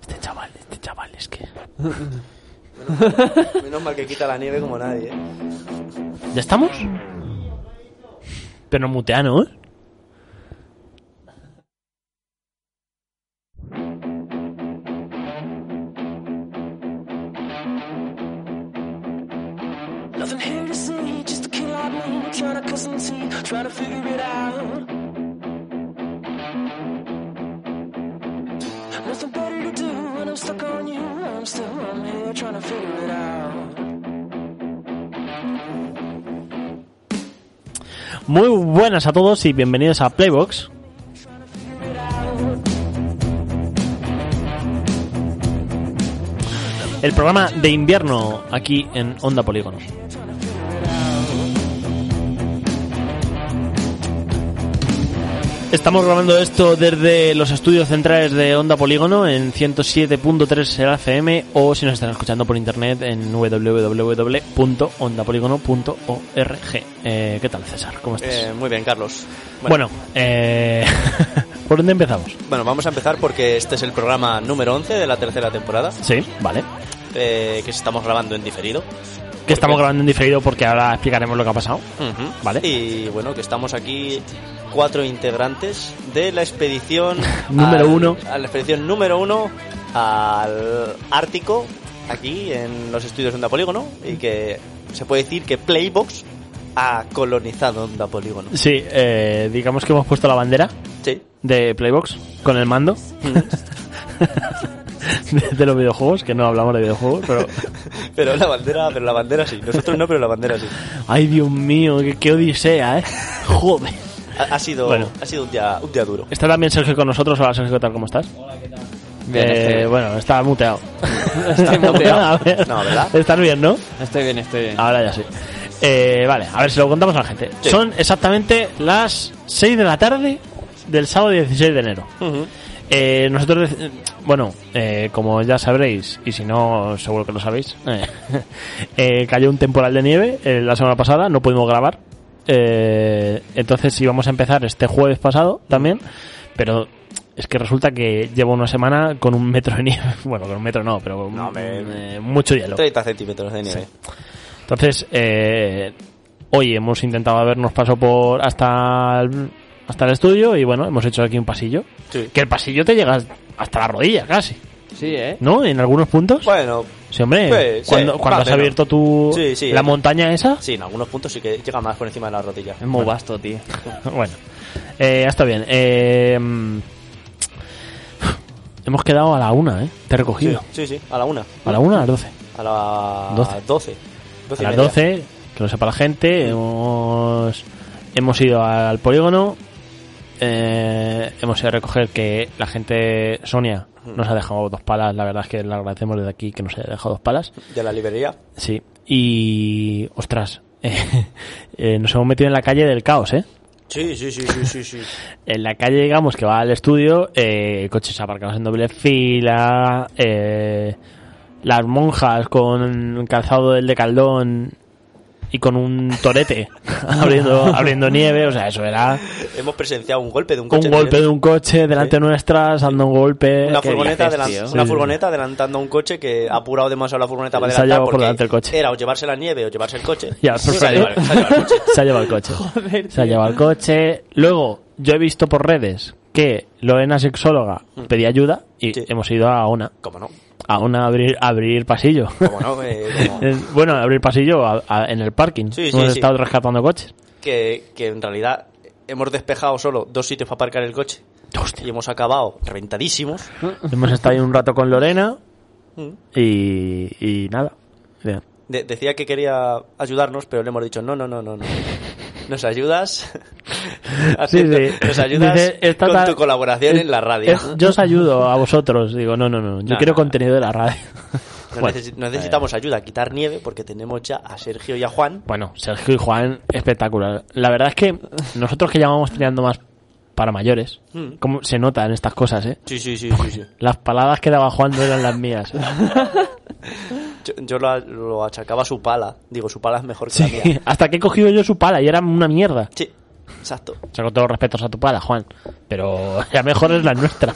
Este chaval, este chaval, este chaval es que... Menos mal que quita la nieve como nadie. ¿eh? ¿Ya estamos? Pero ¿eh? no muteanos. Nothing here to see, just a kid like me trying to cut some teeth, trying to figure it out. Nothing better to do when I'm stuck on you. I'm still I'm here trying to figure it out. Muy buenas a todos y bienvenidos a Playbox. El programa de invierno aquí en Onda Polígono. Estamos grabando esto desde los estudios centrales de Onda Polígono en 107.3 en la FM o si nos están escuchando por internet en www.ondapolígono.org. Eh, ¿Qué tal, César? ¿Cómo estás? Eh, muy bien, Carlos. Bueno, eh, ¿por dónde empezamos? Bueno, vamos a empezar porque este es el programa número 11 de la tercera temporada, Sí, vale. eh, que estamos grabando en diferido. Que estamos grabando en diferido porque ahora explicaremos lo que ha pasado. Vale. Y bueno, que estamos aquí cuatro integrantes de la expedición... Número al- uno. A la expedición número uno al Ártico, aquí en los estudios de Onda Polígono, y que se puede decir que Playbox ha colonizado Onda Polígono. Sí, eh, digamos que hemos puesto la bandera Sí. de Playbox con el mando de, de los videojuegos, que no hablamos de videojuegos, pero... Pero la bandera, pero la bandera sí. Nosotros no, pero la bandera sí. ¡Ay, Dios mío! ¡Qué, qué odisea, eh! ¡Joder! Ha, ha sido, Bueno. ha sido un día, un día duro. Está también Sergio con nosotros. Hola, Sergio, ¿qué tal? ¿Cómo estás? Bien, Eh, estoy bien. bueno, está muteado. Estoy A muteado. ver. No, ¿verdad? Estás bien, ¿no? Estoy bien, estoy bien. Ahora ya sí. Eh, vale, a ver si lo contamos a la gente. Sí. Son exactamente las 6 de la tarde del sábado 16 de enero. Eh, nosotros, dec- bueno, eh, como ya sabréis, y si no, seguro que lo sabéis, eh, eh, cayó un temporal de nieve eh, la semana pasada, no pudimos grabar. Eh, entonces íbamos a empezar este jueves pasado también, pero es que resulta que llevo una semana con un metro de nieve. Bueno, con un metro no, pero No, me- eh, mucho hielo. 30 centímetros de nieve. Entonces, eh, hoy hemos intentado habernos paso por hasta el, hasta el estudio y bueno, hemos hecho aquí un pasillo. Sí. Que el pasillo te llega hasta la rodilla casi, Sí, ¿eh? ¿no? En algunos puntos. Bueno, sí, hombre, sí, cuando, sí, cuando más has o menos. abierto tu, Sí, sí. la montaña esa. sí, en algunos puntos sí que llega más por encima de la rodilla. Es muy vasto, tío. bueno, eh, está bien. Eh, mm, hemos quedado a la una, ¿eh? Te he Sí, recogido. sí, sí, a la una. A la una, a las doce. A la Doce. 12. a las 12, que lo sepa la gente, hemos, hemos ido al polígono, eh, hemos ido a recoger que la gente, Sonia, Mm. nos ha dejado dos palas, la verdad es que le agradecemos desde aquí que nos haya dejado dos palas, De la librería. sí, y ostras, eh, eh, nos hemos metido en la calle del caos, ¿eh? Sí, sí, sí, sí, sí, sí. En la calle, digamos, que va al estudio, eh, coches aparcados en doble fila, eh, las monjas con calzado del de caldón y con un torete abriendo, abriendo nieve, o sea, eso era Hemos presenciado un golpe de un coche. un golpe nieve. de un coche delante de nuestras, dando un golpe. Una que furgoneta, dices, adelan- tío? una Sí, sí. furgoneta adelantando a un coche que ha apurado demasiado la furgoneta para Se ha adelantar llevado por porque delante el coche. era o llevarse la nieve o llevarse el coche. Ya, se, por ha llevado, favor. se ha llevado el coche. Se ha llevado el coche. se ha llevado el coche. Luego, yo he visto por redes que Lorena, sexóloga, pedía ayuda y Sí. hemos ido a una. ¿Cómo no? A una abrir, abrir pasillo. ¿Cómo no? Eh, como- Eh, Bueno, abrir pasillo a- a- en el parking. Sí, sí, Hemos sí. estado rescatando coches. que, que en realidad hemos despejado solo dos sitios para aparcar el coche y hemos acabado reventadísimos. Hemos estado ahí un rato con Lorena y, y nada. Bien. De- decía que quería ayudarnos, pero le hemos dicho no, no, no, no, no. Nos ayudas. Acepto- Sí, sí. Nos ayudas Dice, "Esta con ta- tu colaboración eh, en la radio. eh, yo os ayudo a vosotros. Digo, no, no, no. Yo No, quiero no. contenido de la radio. No bueno, necesi- no necesitamos ayuda a quitar nieve porque tenemos ya a Sergio y a Juan. Bueno, Sergio y Juan, espectacular. La verdad es que nosotros que llamamos tirando más para mayores, Mm. como se notan estas cosas, ¿eh? Sí, sí, sí, sí. sí. Las paladas que daba Juan no eran las mías. ¿eh? Yo, yo lo, a- lo achacaba a su pala. Digo, su pala es mejor que la mía. Sí, hasta que he cogido yo su pala y era una mierda. Sí. Exacto. O sea, con todos los respetos a tu pala, Juan. Pero ya mejor es la nuestra.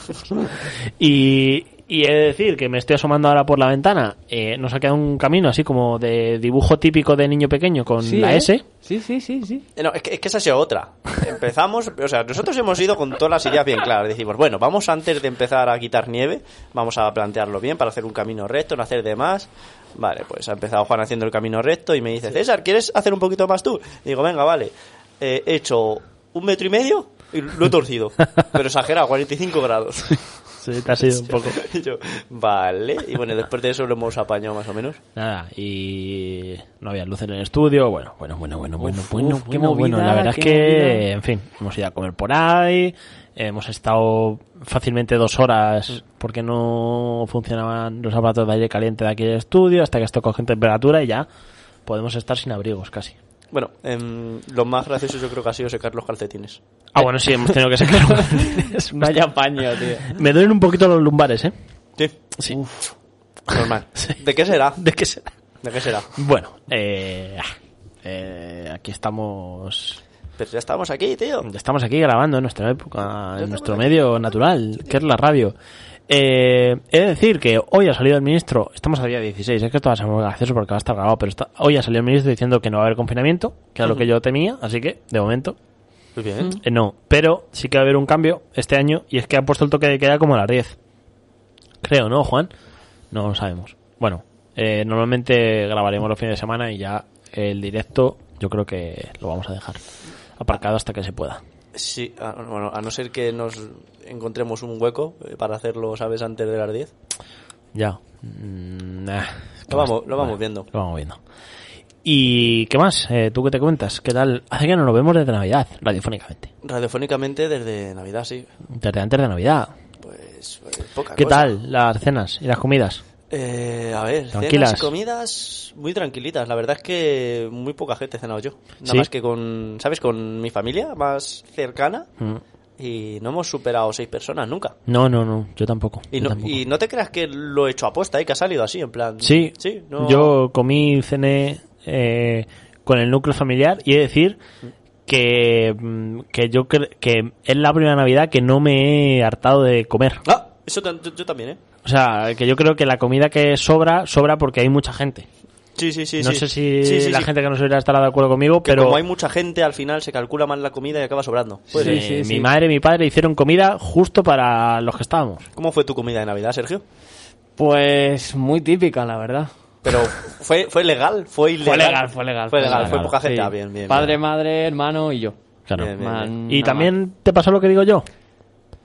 y, y he de decir que me estoy asomando ahora por la ventana. Eh, nos ha quedado un camino así como de dibujo típico de niño pequeño con Sí, la ¿eh? S. Sí, sí, sí, sí. Eh, No, es que, es que esa ha sido otra. Empezamos, o sea, nosotros hemos ido con todas las ideas bien claras. Decimos, bueno, vamos antes de empezar a quitar nieve, vamos a plantearlo bien para hacer un camino recto, no hacer de más. Vale, pues ha empezado Juan haciendo el camino recto y me dice, César, ¿quieres hacer un poquito más tú? Digo, venga, vale. Eh, he hecho un metro y medio y lo he torcido, pero exagerado, 45 grados. Sí, te ha sido un poco. Y yo, vale. Y bueno, después de eso lo hemos apañado más o menos. Nada, y no había luz en el estudio. Bueno, bueno, bueno, bueno, bueno, Uf, bueno, uf, qué qué bueno, bueno. La movida, verdad es qué que, movida. en fin, hemos ido a comer por ahí. Hemos estado fácilmente dos horas porque no funcionaban los aparatos de aire caliente de aquí del estudio hasta que esto coge temperatura y ya podemos estar sin abrigos casi. Bueno, em, lo más gracioso yo creo que ha sido secar los calcetines. Ah, bueno, sí, hemos tenido que sacar. Vaya paño, tío. Me duelen un poquito los lumbares, ¿eh? Sí. Sí. Normal. ¿De qué será? ¿De qué será? ¿De qué será? Bueno, eh, ah, eh, aquí estamos Pero ya estamos aquí, tío. Estamos aquí grabando en nuestra época, en estamos nuestro aquí. medio natural, que es la radio. Eh, he de decir que hoy ha salido el ministro, estamos a día 16, es que esto va a ser muy gracioso porque va a estar grabado, pero está- hoy ha salido el ministro diciendo que no va a haber confinamiento, que era lo que yo temía, así que, de momento, Muy bien. eh, no. Pero sí que va a haber un cambio este año y es que han puesto el toque de queda como a las 10. Creo, ¿no, Juan? No lo sabemos. Bueno, eh, normalmente grabaremos los fines de semana y ya el directo yo creo que lo vamos a dejar aparcado hasta que se pueda. Sí, a, bueno, a no ser que nos encontremos un hueco eh, para hacerlo, ¿sabes? Antes de las 10. Ya. Mm, ah, ¿qué Lo vamos- más? lo vamos viendo. Lo vamos viendo. ¿Y qué más? Eh, ¿Tú qué te cuentas? ¿Qué tal? Hace que no nos vemos desde Navidad, radiofónicamente. Radiofónicamente desde Navidad, sí. Desde antes de Navidad. Pues eh, poca ¿Qué cosa. tal las cenas y las comidas? Eh, a ver, Tranquilas. cenas y comidas muy tranquilitas. La verdad es que muy poca gente he cenado yo. Nada ¿Sí? más que con, ¿sabes? Con mi familia más cercana. Mm. Y no hemos superado seis personas nunca. No, no, no. Yo tampoco. Y yo no, tampoco. y no te creas que lo he hecho aposta, ¿eh? Que ha salido así, en plan... Sí, Sí, no... yo comí, cené eh, con el núcleo familiar y he de decir que, mm, que yo cre- que es la primera Navidad que no me he hartado de comer. Ah, eso tan- yo, yo también, ¿eh? O sea, que yo creo que la comida que sobra, sobra porque hay mucha gente. Sí, sí, sí. no sí. sé si Sí, sí, la sí. gente que nos oirá estará de acuerdo conmigo, Que pero como hay mucha gente, al final se calcula mal la comida y acaba sobrando. Pues, eh, Sí, sí, mi sí. madre y mi padre hicieron comida justo para los que estábamos. ¿Cómo fue tu comida de Navidad, Sergio? Pues muy típica, la verdad. Pero, ¿fue, fue legal? ¿Fue ilegal? legal, fue legal, Fue fue legal, legal, fue poca gente. Sí. Ah, bien, bien. Padre, bien. madre, hermano y yo. Claro. Bien, bien. Man- Y nada también más. te pasó lo que digo yo.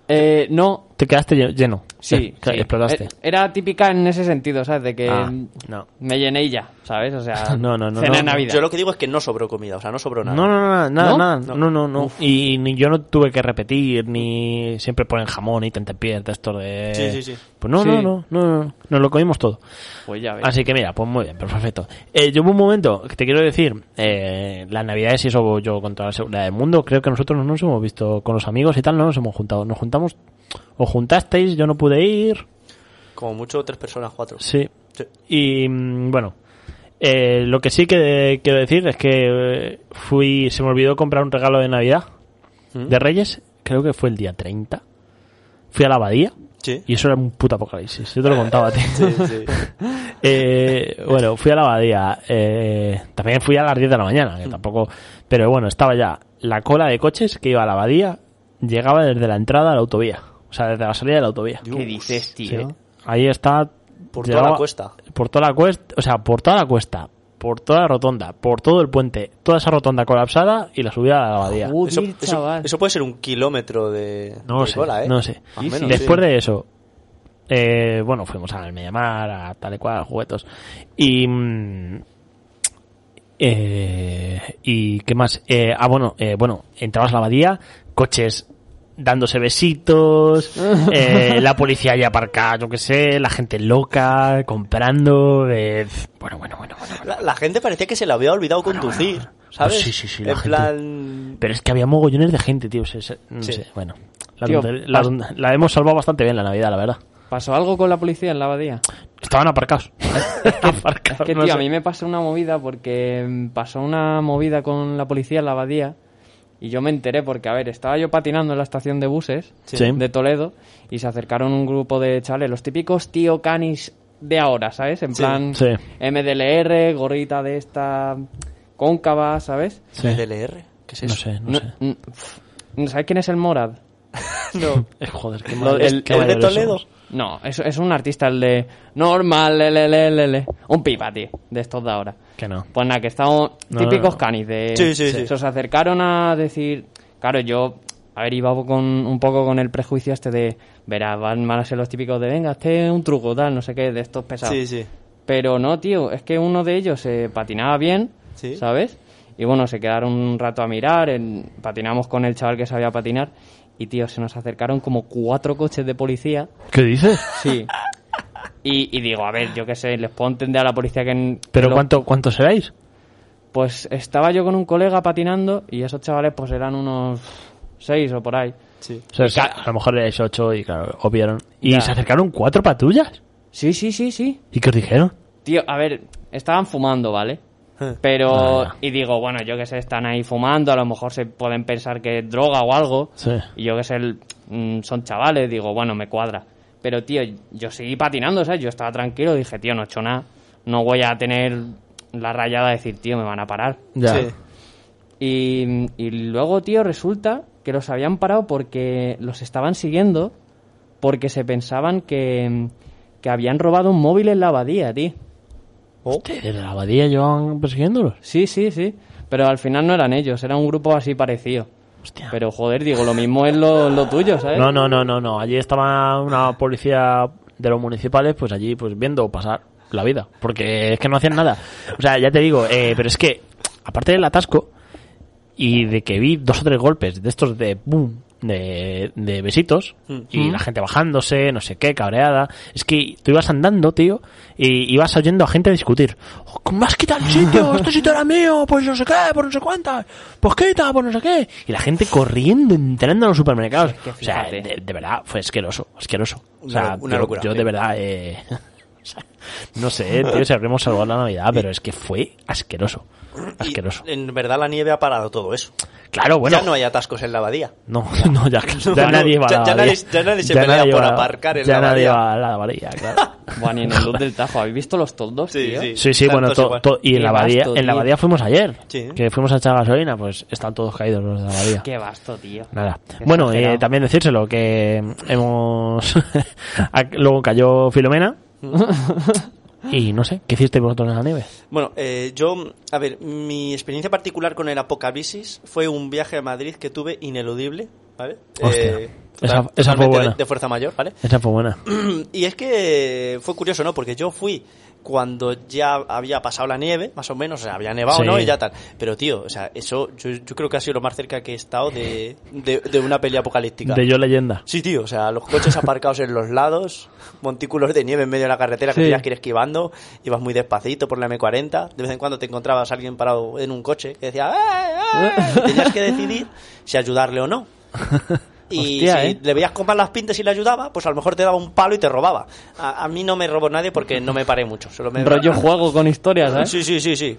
Eh, no, Te quedaste lle- lleno. sí. Claro, sí. explotaste. Eh, Era típica en ese sentido, ¿sabes? De que Ah, mm, no. me llené y ya, ¿sabes? O sea, No, no, no, cena no. en Navidad. Yo lo que digo es que no sobró comida, o sea, no sobró nada. No, no, no, nada, ¿No? nada. No, no, no. Y, ni yo no tuve que repetir, ni siempre ponen jamón y tentempié, de esto de... Sí, sí, sí. Pues no, Sí. no, no, no, no, nos lo comimos todo. Pues ya ves. Así que mira, pues muy bien, perfecto. Eh, yo hubo un momento que te quiero decir, eh, las navidades y eso yo con toda la seguridad del mundo, creo que nosotros no nos hemos visto con los amigos y tal, no nos hemos juntado. Nos juntamos, o juntasteis, yo no pude ir, Como mucho, tres personas, cuatro. sí. Sí. Y mm, bueno, eh, lo que sí que quiero decir es que eh, fui, se me olvidó comprar un regalo de Navidad ¿Mm? de Reyes, creo que fue el día 30. Fui a la abadía Sí. y eso era un puto apocalipsis, yo te lo contaba a ti. Sí, sí. Eh, bueno, fui a la abadía. eh, también fui a las 10 de la mañana, Mm. que tampoco. Pero bueno, estaba ya la cola de coches que iba a la abadía, llegaba desde la entrada a la autovía. O sea, desde la salida de la autovía. Dios. Sí. Ahí está. ¿eh? Por toda la llegaba- cuesta. Por toda la cuesta. O sea, por toda la cuesta. Por toda la rotonda. Por todo el puente. Toda esa rotonda colapsada y la subida a la abadía. Joder, Eso, eso- chaval. eso puede ser un kilómetro de, No de sé, cola, ¿eh? no sé. Más o menos, Después sí. de eso, eh, bueno, fuimos al Mediamar, a tal y cual, a juguetos. Y. mm, eh, ¿Y qué más? Eh, ah, bueno, eh, bueno, entrabas a la abadía, coches dándose besitos, eh, la policía ya aparcada, yo qué sé, la gente loca, comprando. eh, bueno, bueno, bueno, bueno. La, la gente parecía que se le había olvidado conducir, ¿sabes? Pues Sí, sí, sí, la En gente- plan... Pero es que había mogollones de gente, tío. se- se- no Sí. sé, bueno. La, Tío, tontería- la- pas- la hemos salvado bastante bien la Navidad, la verdad. ¿Pasó algo con la policía en la abadía? Estaban aparcados. Es que, tío, a mí me pasó una movida porque mm, pasó una movida con la policía en la abadía Y yo me enteré porque, a ver, estaba yo patinando en la estación de buses Sí. de Toledo y se acercaron un grupo de chavales, los típicos tío canis de ahora, ¿sabes? En plan Sí. MDLR, gorrita de esta cóncava, ¿sabes? Sí. DLR? ¿Qué es No eso? sé, no, No- sé. n- pf, ¿Sabes quién es el Morad? No. Eh, Joder, qué Lo- mal. ¿El, qué el de mayores Toledo? somos. No, es, es un artista, el de normal, le, le, le, le, le. un pipa, tío, de estos de ahora. Que no. Pues nada, que estaban No, no, típicos no. canis de... Sí, sí, sí. Se os acercaron a decir... Claro, yo... A ver, iba con, un poco con el prejuicio este de... Verá, van van a ser los típicos de... Venga, este es un truco, tal, no sé qué, de estos pesados. Sí, sí. Pero no, tío, es que uno de ellos eh, patinaba bien, Sí. ¿sabes? Y bueno, se quedaron un rato a mirar, en- patinamos con el chaval que sabía patinar y, tío, se nos acercaron como cuatro coches de policía. ¿Qué dices? Sí. Y, y digo, a ver, yo qué sé, les puedo entender a la policía que... en- ¿Pero lo- cuánto, cuántos erais? Pues estaba yo con un colega patinando y esos chavales pues eran unos seis o por ahí. sí. O sea, Y ca- a lo mejor erais ocho y claro, obviaron. ¿Y Ya. se acercaron cuatro patrullas? Sí, sí, sí, sí. ¿Y qué os dijeron? Tío, a ver, estaban fumando, ¿vale? Eh. Pero... Ah, y digo, bueno, yo qué sé, están ahí fumando, a lo mejor se pueden pensar que es droga o algo. Sí. Y yo que sé, el- mm, son chavales, digo, bueno, me cuadra. Pero, tío, yo seguí patinando, ¿sabes? Yo estaba tranquilo, dije, tío, no he hecho nada. No voy a tener la rayada de decir, tío, me van a parar. Ya. Sí. Y, y luego, tío, resulta que los habían parado porque los estaban siguiendo porque se pensaban que, que habían robado un móvil en la abadía, tío. Hostia, ¿Desde la abadía llevan persiguiéndolos? Sí, sí, sí. Pero al final no eran ellos, era un grupo así parecido. Hostia. Pero joder, digo, lo mismo es lo, lo tuyo, ¿sabes? No, no, no, no, no. Allí estaba una policía de los municipales, pues allí, pues viendo pasar la vida. Porque es que no hacían nada. O sea, ya te digo, eh, pero es que, aparte del atasco, y de que vi dos o tres golpes de estos de boom, de, de besitos, y la gente bajándose, no sé qué, cabreada. Es que tú ibas andando, tío, y ibas oyendo a gente discutir. Oh, ¡Me has quitado el sitio! ¡Este sitio era mío! Pues no sé qué, pues no sé cuántas, pues quita, pues no sé qué. Y la gente corriendo, entrando a los supermercados. Es que o sea, fíjate. de, de verdad, fue asqueroso, asqueroso. O Una sea, lo- una yo- locura, Yo, tío. de verdad, eh, o sea, no sé, tío, si habremos salvado la Navidad, pero es que fue asqueroso. Y Asqueroso. en verdad la nieve ha parado todo eso. Claro, bueno. Ya no hay atascos en la abadía. No, no, ya, ya No, nadie va a la ya- ya abadía. nadie- ya nadie se pelea nadie por va a- aparcar en ya la nadie abadía. va a la abadía, claro. Buah, ni en el luz del Tajo. ¿Habéis visto los toldos, Sí, tío? sí. Sí, sí, bueno, Tantos to- igual. to- y en Qué la abadía, vasto, en la tío. abadía fuimos ayer, Sí. que fuimos a echar gasolina, pues están todos caídos los de la abadía. Qué vasto, tío. Nada. Qué Bueno, exagerado. eh, también decírselo que hemos a- luego cayó Filomena y no sé, ¿qué hicisteis vosotros en la nieve? Bueno, eh, yo, a ver, mi experiencia particular con el apocalipsis fue un viaje a Madrid que tuve ineludible, ¿vale? Eh, Hostia. Esa- esa fue totalmente de- buena. de fuerza mayor, ¿vale? Esa fue buena. Y es que fue curioso, ¿no? Porque yo fui cuando ya había pasado la nieve, más o menos, o sea, había nevado, Sí. ¿no? Y ya tal. Pero, tío, o sea, eso yo, yo creo que ha sido lo más cerca que he estado de, de, de una peli apocalíptica. De yo leyenda. Sí, tío, o sea, los coches aparcados en los lados, montículos de nieve en medio de la carretera que Sí. tenías que ir esquivando, ibas muy despacito por la M40, de vez en cuando te encontrabas a alguien parado en un coche que decía, ¡Ay, ay", y tenías que decidir si ayudarle o no. Y Hostia, si ¿eh? le veías comprar las pintas y le ayudaba, pues a lo mejor te daba un palo y te robaba. A, a mí no me robó nadie porque no me paré mucho, solo me... Rollo juego con historias, ¿sabes? Sí, sí, sí, sí.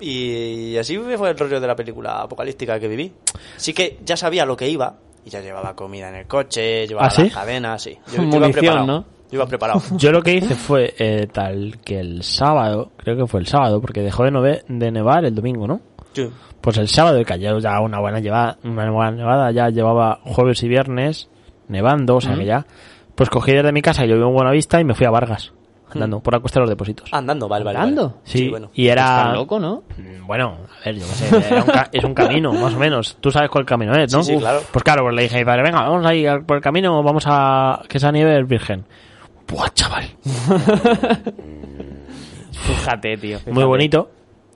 Y así fue el rollo de la película apocalíptica que viví. Sí que ya sabía lo que iba y ya llevaba comida en el coche, llevaba ¿Ah, sí? las cadenas, sí. Yo, yo iba Munición, preparado. ¿no? Yo iba preparado. Yo lo que hice fue eh, tal que el sábado, creo que fue el sábado, porque dejó de, nove- de nevar el domingo, ¿no? Sí. Pues el sábado que cayó ya una buena llevada, una buena nevada, ya llevaba jueves y viernes nevando, o sea que ya. Pues cogí desde mi casa, yo vivo en Buenavista y me fui a Vargas, andando por la cuesta de los depósitos. Andando, vale, vale. vale. ¿Andando? sí, Ah, bueno. y era. Está loco, ¿no? Mm, Bueno, a ver, yo qué sé, era un ca- es un camino, más o menos. Tú sabes cuál camino es, ¿no? Sí, sí, claro. Pues claro, pues le dije a mi padre, venga, vamos a ir al- por el camino, vamos a que esa nieve es virgen. Buah, chaval. Fíjate, tío. fíjate. Muy bonito,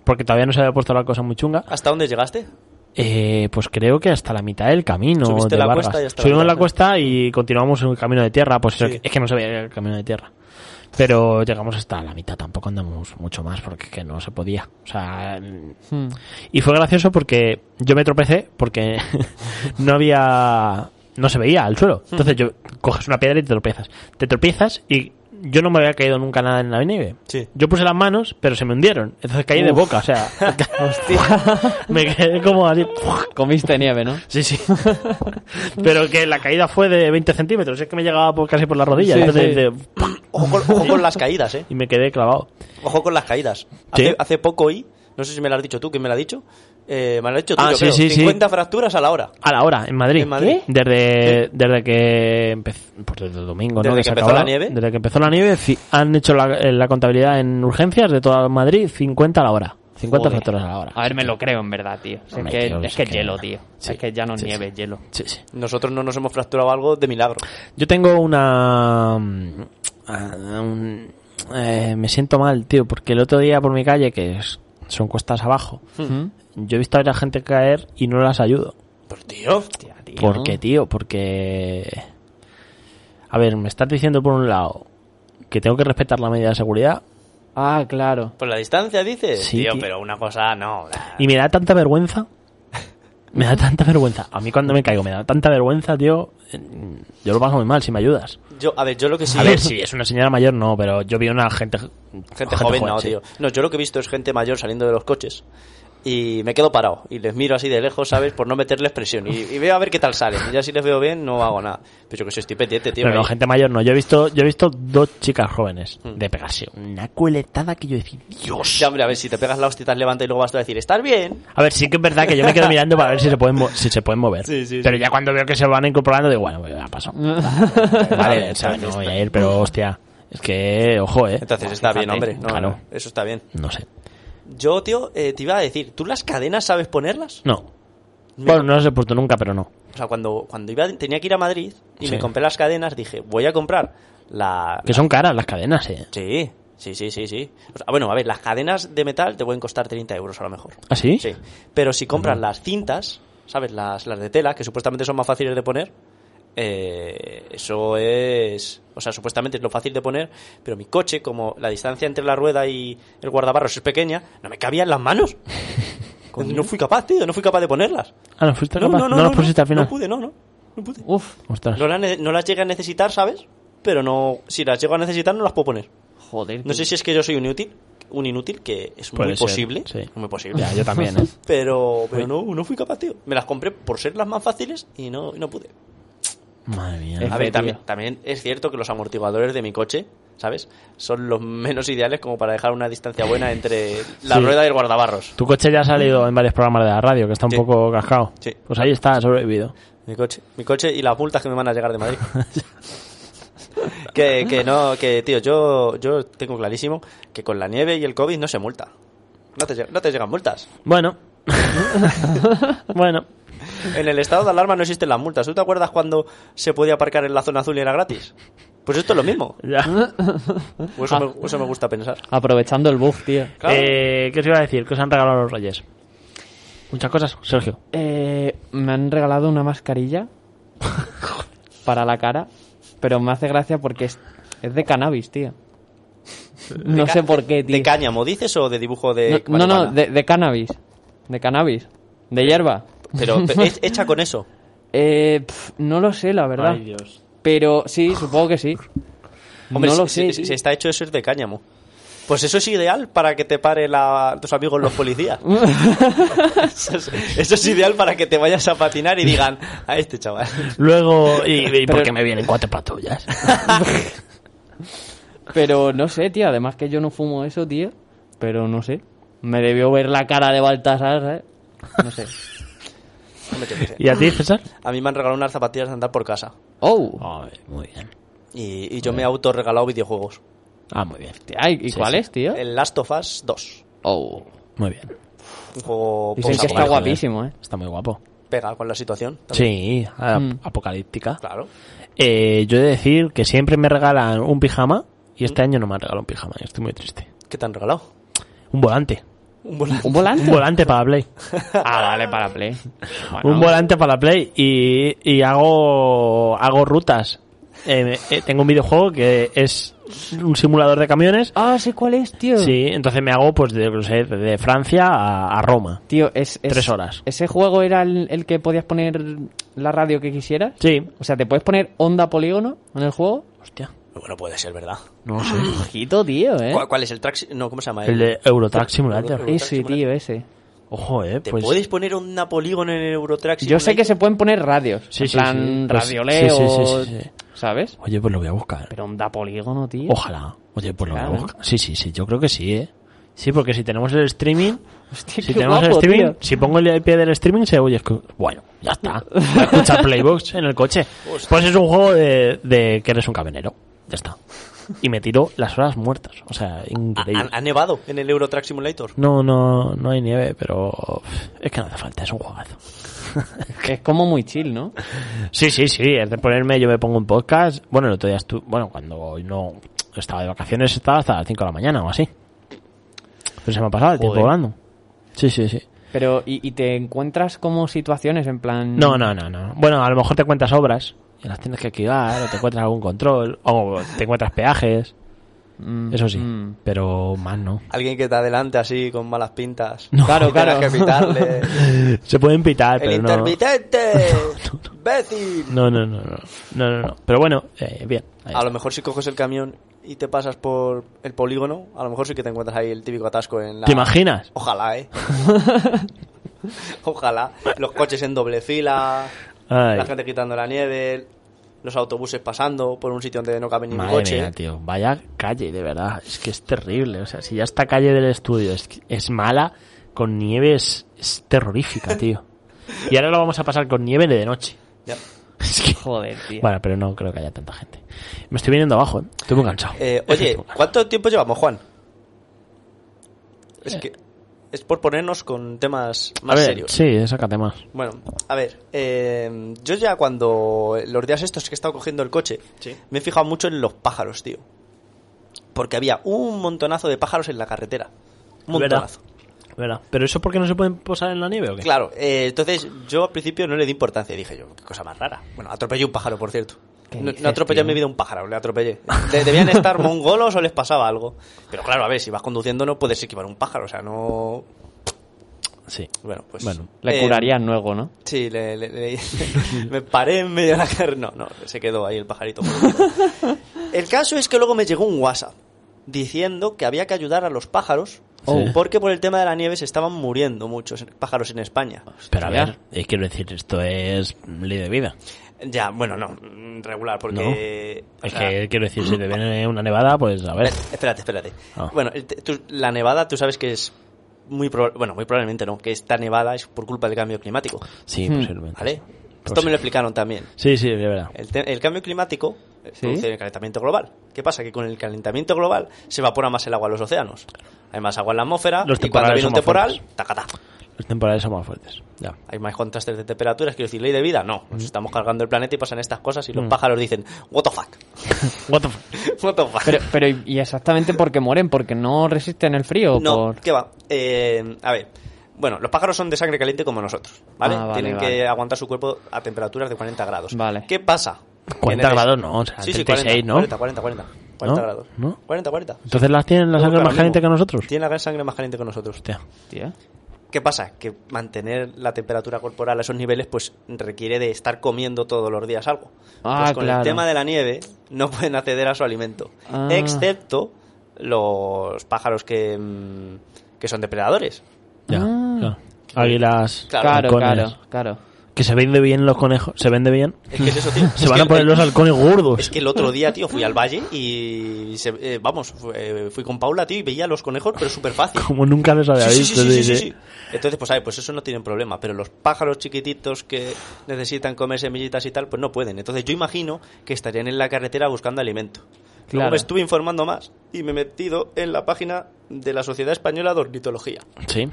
porque todavía no se había puesto la cosa muy chunga. ¿Hasta dónde llegaste? Eh, pues creo que hasta la mitad del camino Subiste de la Vargas. cuesta y hasta la Subimos la mitad. cuesta y continuamos en el camino de tierra. Pues eso Sí. que- es que no se veía el camino de tierra. Pero llegamos hasta la mitad, tampoco andamos mucho más porque es que no se podía. O sea, Hmm. y fue gracioso porque yo me tropecé porque no había. No se veía el suelo. Entonces yo coges una piedra y te tropiezas. Te tropiezas y yo no me había caído nunca nada en la nieve. Sí. Yo puse las manos, pero se me hundieron. Entonces caí de boca, o sea, Hostia. me quedé como así. Comiste nieve, ¿no? Sí, sí. Pero que la caída fue de 20 centímetros. Es que me llegaba por- casi por la rodilla. Sí, entonces, sí. de- Ojo con, ojo con las caídas, ¿eh? y me quedé clavado. Ojo con las caídas. Sí. Hace, hace poco oí, no sé si me lo has dicho tú, ¿quién me lo ha dicho? Eh, me lo has dicho tú, Ah, yo sí, creo. sí, sí. 50 fracturas a la hora. A la hora, en Madrid. ¿En Madrid? Desde, desde que empezó. Pues desde el domingo, ¿no? Desde que se empezó acabó. la nieve. Desde que empezó la nieve, ci- han hecho la, eh, la contabilidad en urgencias de toda Madrid, 50 a la hora. 50 Joder. factores a la hora. A ver, me lo creo en verdad, tío. Si Hombre, es que, tío, es es que es que- hielo, tío. Sí. Es que ya no es Sí, sí. nieve, es hielo. Sí, sí. Nosotros no nos hemos fracturado algo de milagro. Yo tengo una. mm, ah, un- eh, me siento mal, tío, porque el otro día por mi calle, que es- son cuestas abajo, Hmm. yo he visto a la gente caer y no las ayudo. Pero tío, Porque, tío, porque... A ver, me estás diciendo por un lado que tengo que respetar la medida de seguridad Ah, claro. por la distancia dices. Sí, tío, tío. pero una cosa no. y me da tanta vergüenza. Me da tanta vergüenza. A mí cuando me caigo me da tanta vergüenza, tío. Yo lo paso muy mal si me ayudas. Yo, a ver, yo lo que sí A ver, si es una señora mayor, no, pero yo vi una gente... Gente joven, no, sí. tío. No, yo lo que he visto es gente mayor saliendo de los coches. Y me quedo parado. Y les miro así de lejos, ¿sabes? Por no meterles presión. Y, y veo a ver qué tal salen. Y ya si les veo bien, no hago nada. Pero yo que soy estoy pendiente, tío. Pero no, me- gente mayor no. Yo he visto, yo he visto dos chicas jóvenes de pegarse una culetada que yo decía, Dios. Ya, hombre, a ver, si te pegas la hostia, te levantas y luego vas tú a decir, ¿estás bien? A ver, sí que es verdad que yo me quedo mirando para ver si se pueden, mo- si se pueden mover. Sí, sí, pero ya cuando veo que se van incorporando, digo, bueno, pues ya pasó. vale, o sea, no voy a ir, pero hostia. Es que, ojo, eh. Entonces está bien, Fíjate, hombre. No, claro. Ah, no, eso está bien. No sé. Yo, tío, eh, te iba a decir, ¿tú las cadenas sabes ponerlas? No. Bueno, no las he puesto nunca, pero no. O sea, cuando, cuando iba, tenía que ir a Madrid y Sí. me compré las cadenas, dije, voy a comprar la, Que son caras las cadenas, eh. Sí, sí, sí, sí, sí. O sea, bueno, a ver, las cadenas de metal te pueden costar 30 euros a lo mejor. ¿Ah, sí? Sí. Pero si compras las cintas, ¿sabes? Las, las de tela, que supuestamente son más fáciles de poner, eh, eso es... O sea, supuestamente es lo fácil de poner, pero mi coche, como la distancia entre la rueda y el guardabarros es pequeña, no me cabía en las manos. no fui capaz, tío, no fui capaz de ponerlas. Ah, no fuiste No, capaz. no, No, no, las pusiste al final. No pude, no, no. No pude. Uf, Ostras. No las, ne- no las llegué a necesitar, ¿sabes? Pero no, si las llego a necesitar no las puedo poner. joder. No tío. sé si es que yo soy un inútil, un inútil que es Puede muy ser, posible, sí. muy posible. Ya, yo también, eh. Pero, pero no, no fui capaz, tío. Me las compré por ser las más fáciles y no, y no pude. Madre mía. Eh, A Efe, ver, tío. también, también es cierto que los amortiguadores de mi coche, ¿sabes? Son los menos ideales como para dejar una distancia buena entre la Sí. rueda y el guardabarros. Tu coche ya ha salido en varios programas de la radio, que está un Sí. poco cascado. Sí. Pues ahí está, ha sobrevivido. Mi coche, mi coche y las multas que me van a llegar de Madrid. que, que no, que tío, yo, yo tengo clarísimo que con la nieve y el COVID no se multa. No te, lle- no te llegan multas. Bueno. bueno. En el estado de alarma no existen las multas. ¿Tú te acuerdas cuando se podía aparcar en la zona azul y era gratis? Pues esto es lo mismo. Ya. O eso, me, eso me gusta pensar. Aprovechando el bug, tío. Claro. Eh, ¿Qué os iba a decir? ¿Qué os han regalado los reyes? Muchas cosas, Sergio. Eh, me han regalado una mascarilla para la cara, pero me hace gracia porque es, es de cannabis, tío. No ca- sé por qué, tío. ¿De cáñamo dices o de dibujo de.? no, no, no, marihuana? de, de cannabis. De cannabis. De hierba. Pero pe- he- hecha con eso. Eh, pf, no lo sé, la verdad. Dios. Pero sí, supongo que sí. Hombre, no si- lo si, sé. si tío. está hecho eso es de cáñamo. Pues eso es ideal para que te pare la, tus amigos los policías. eso, es, eso es ideal para que te vayas a patinar y digan a este chaval. Luego, ¿y, y por Pero- qué me vienen cuatro patrullas? Pero no sé, tío. Además que yo no fumo eso, tío. Pero no sé. Me debió ver la cara de Baltasar, ¿sabes? No sé. Hombre, yo qué sé. ¿Y a ti, César? A mí me han regalado unas zapatillas de andar por casa. ¡Oh! muy bien. Y, y yo me he autorregalado videojuegos. Ah, muy bien. Hostia, ¿Y, y Sí, cuál sí. es, tío? El Last of Us 2. ¡Oh! Muy bien. Un juego Dicen post- que está joder. guapísimo, ¿eh? Está muy guapo. pega con la situación. también. Sí, a- Mm. apocalíptica. Claro. Eh, yo he de decir que siempre me regalan un pijama y este año no me han regalado un pijama. y Estoy muy triste. ¿Qué te han regalado? Un volante. Un volante. ¿Un Un volante? volante para Play. Ah, vale, para Play. un volante para la Play y, y hago hago rutas. Eh, eh, tengo un videojuego que es un simulador de camiones. Ah, sé cuál es, tío. Sí, entonces me hago pues de, no sé, de Francia a, a Roma. Tío, es, es- Tres horas. ¿Ese juego era el, el que podías poner la radio que quisieras? Sí. O sea, ¿te puedes poner onda polígono en el juego? Hostia. Bueno, puede ser, ¿verdad? No sé. Ojito, tío, ¿eh? ¿Cuál, cuál es el track? No, ¿cómo se llama? El de Eurotrack Simulator. Ese, tío, ese. Ojo, eh. ¿Te Pues, puedes poner una polígono en el Eurotrack? Yo sé Simulator? que se pueden poner radios. Sí, en sí, plan, sí. Pues, radioleo. sí, sí, sí, sí, sí. ¿Sabes? Oye, pues lo voy a buscar. Pero onda polígono, tío. Ojalá. Oye, pues lo voy a Claro. buscar. Sí, sí, sí. Yo creo que sí, eh. Sí, porque si tenemos el streaming. Hostia, si qué tenemos el guapo, streaming, tío. si pongo el IP del streaming, se oye. escu- Bueno, ya está. Voy a escuchar Playbox en el coche. Pues es un juego de, de que eres un camionero. Ya está. Y me tiró las horas muertas. O sea, increíble. Ah, ¿Ha, ha nevado en el Eurotrack Simulator? No, no, no hay nieve, pero uf, es que no hace falta, es un juegazo. Que es como muy chill, ¿no? Sí, sí, sí, es de ponerme, yo me pongo un podcast. Bueno, el otro día estu- bueno, cuando no estaba de vacaciones estaba hasta las 5 de la mañana o así. Pero se me ha pasado el tiempo Joder. volando. Sí, sí, sí. Pero, y, y te encuentras como situaciones en plan. No, no, no, no. Bueno, a lo mejor te cuentas obras y las tienes que activar, o te encuentras algún control, o te encuentras peajes, Mm, eso sí. mm. Pero más no. Alguien que te adelante así con malas pintas. No. Claro, Y tengas claro. que pitarle. Se pueden pitar, ¡El pero no. intermitente! ¡Bécil! No, no, no, no. No, no, no. Pero bueno, eh, bien. ahí A lo mejor si coges el camión y te pasas por el polígono, a lo mejor sí que te encuentras ahí el típico atasco en la... ¿Te imaginas? Ojalá, ¿eh? Ojalá. Los coches en doble fila, Ay. la gente quitando la nieve, los autobuses pasando por un sitio donde no cabe ni un Madre coche. mía, tío, vaya calle, de verdad, es que es terrible, o sea, si ya esta calle del estudio es, es mala, con nieve es, es terrorífica, tío. Y ahora lo vamos a pasar con nieve de noche. Ya. Es que- Joder, tío. Bueno, pero no creo que haya tanta gente. Me estoy viniendo abajo, ¿eh? estoy muy cansado. Eh, Estoy oye, muy cansado. ¿cuánto tiempo llevamos, Juan? Es que es por ponernos con temas Eh. a más ver, serios. sí, sácate más. Bueno, a ver, eh, yo ya cuando los días estos que he estado cogiendo el coche, me he fijado mucho en los pájaros, tío. Porque había un montonazo de pájaros en la carretera. Un Verdad. montonazo. Verdad. ¿Pero eso porque no se pueden posar en la nieve o qué? Claro, eh, entonces yo al principio no le di importancia. Dije yo, qué cosa más rara. Bueno, atropellé un pájaro, por cierto. ¿Qué No, dices, no atropellé en tío? mi vida un pájaro, le atropellé. De- debían estar mongolos o les pasaba algo. Pero claro, a ver, si vas conduciendo no puedes esquivar un pájaro, o sea, no... Sí. Bueno, pues... Bueno. Le eh, curarían luego, ¿no? Sí, le, le- le- me paré en medio de la carrera. No, no, se quedó ahí el pajarito. bonito. El caso es que luego me llegó un WhatsApp diciendo que había que ayudar a los pájaros Oh. Sí. porque por el tema de la nieve se estaban muriendo muchos pájaros en España. Pero a Hostia. ver, eh, quiero decir, esto es ley de vida. Ya, bueno, no, mm, regular, porque... o Es sea, que quiero decir, si te viene una nevada, pues a ver. Espérate, espérate. Ah. Bueno, el te- tú- la nevada, tú sabes que es muy proba- bueno, muy probablemente no, que esta nevada es por culpa del cambio climático, Sí, Hmm. posiblemente. ¿vale? Pues Esto me sí. lo explicaron también. Sí, sí, de verdad. El, te- el cambio climático eh, Sí. produce el calentamiento global. ¿Qué pasa? Que con el calentamiento global se evapora más el agua en los océanos. Hay más agua en la atmósfera Los y cuando temporales viene un son más temporal, fuertes. tacatá. Los temporales son más fuertes. Ya. Hay más contrastes de temperaturas, quiero decir, ley de vida, no. Mm. Nos estamos cargando el planeta y pasan estas cosas y los pájaros dicen, what the fuck, What the fuck? what the fuck. Pero, pero ¿y- ¿y exactamente por qué mueren? ¿Porque no resisten el frío? o no, por... ¿qué va? Eh, a ver, bueno, los pájaros son de sangre caliente como nosotros, ¿vale? Ah, vale, Tienen que vale. aguantar su cuerpo a temperaturas de 40 grados. Vale. ¿Qué pasa? 40 Tienes- grados no, o sea, sí, sí, 36, 40, ¿no? 40, 40, 40. 40 grados. ¿No? 40, 40. Entonces las tienen la Todo sangre claro, más caliente que mismo. nosotros. Tiene la sangre más caliente que nosotros. Hostia. Hostia. ¿Qué pasa? Que mantener la temperatura corporal a esos niveles pues requiere de estar comiendo todos los días algo. Ah, Pues con claro. el tema de la nieve no pueden acceder a su alimento, Ah. excepto los pájaros que, mm, que son depredadores. Ya. Ah. ya. Águilas. Claro, halcones. claro, claro. Que se vende bien los conejos. Se vende bien. Es que es eso, tío. Se Es van que a poner el- los halcones gordos. Es que el otro día, tío, fui al valle y se- eh, vamos, fu- eh, fui con Paula, tío, y veía los conejos, pero súper fácil. Como nunca les había Sí, sí, visto. sí, sí, sí, sí, sí. sí. Entonces, pues, ¿sabes? Pues eso no tienen problema. Pero los pájaros chiquititos que necesitan comer semillitas y tal, pues no pueden. Entonces, yo imagino que estarían en la carretera buscando alimento. Luego Claro. me estuve informando más y me he metido en la página de la Sociedad Española de Ornitología Sí.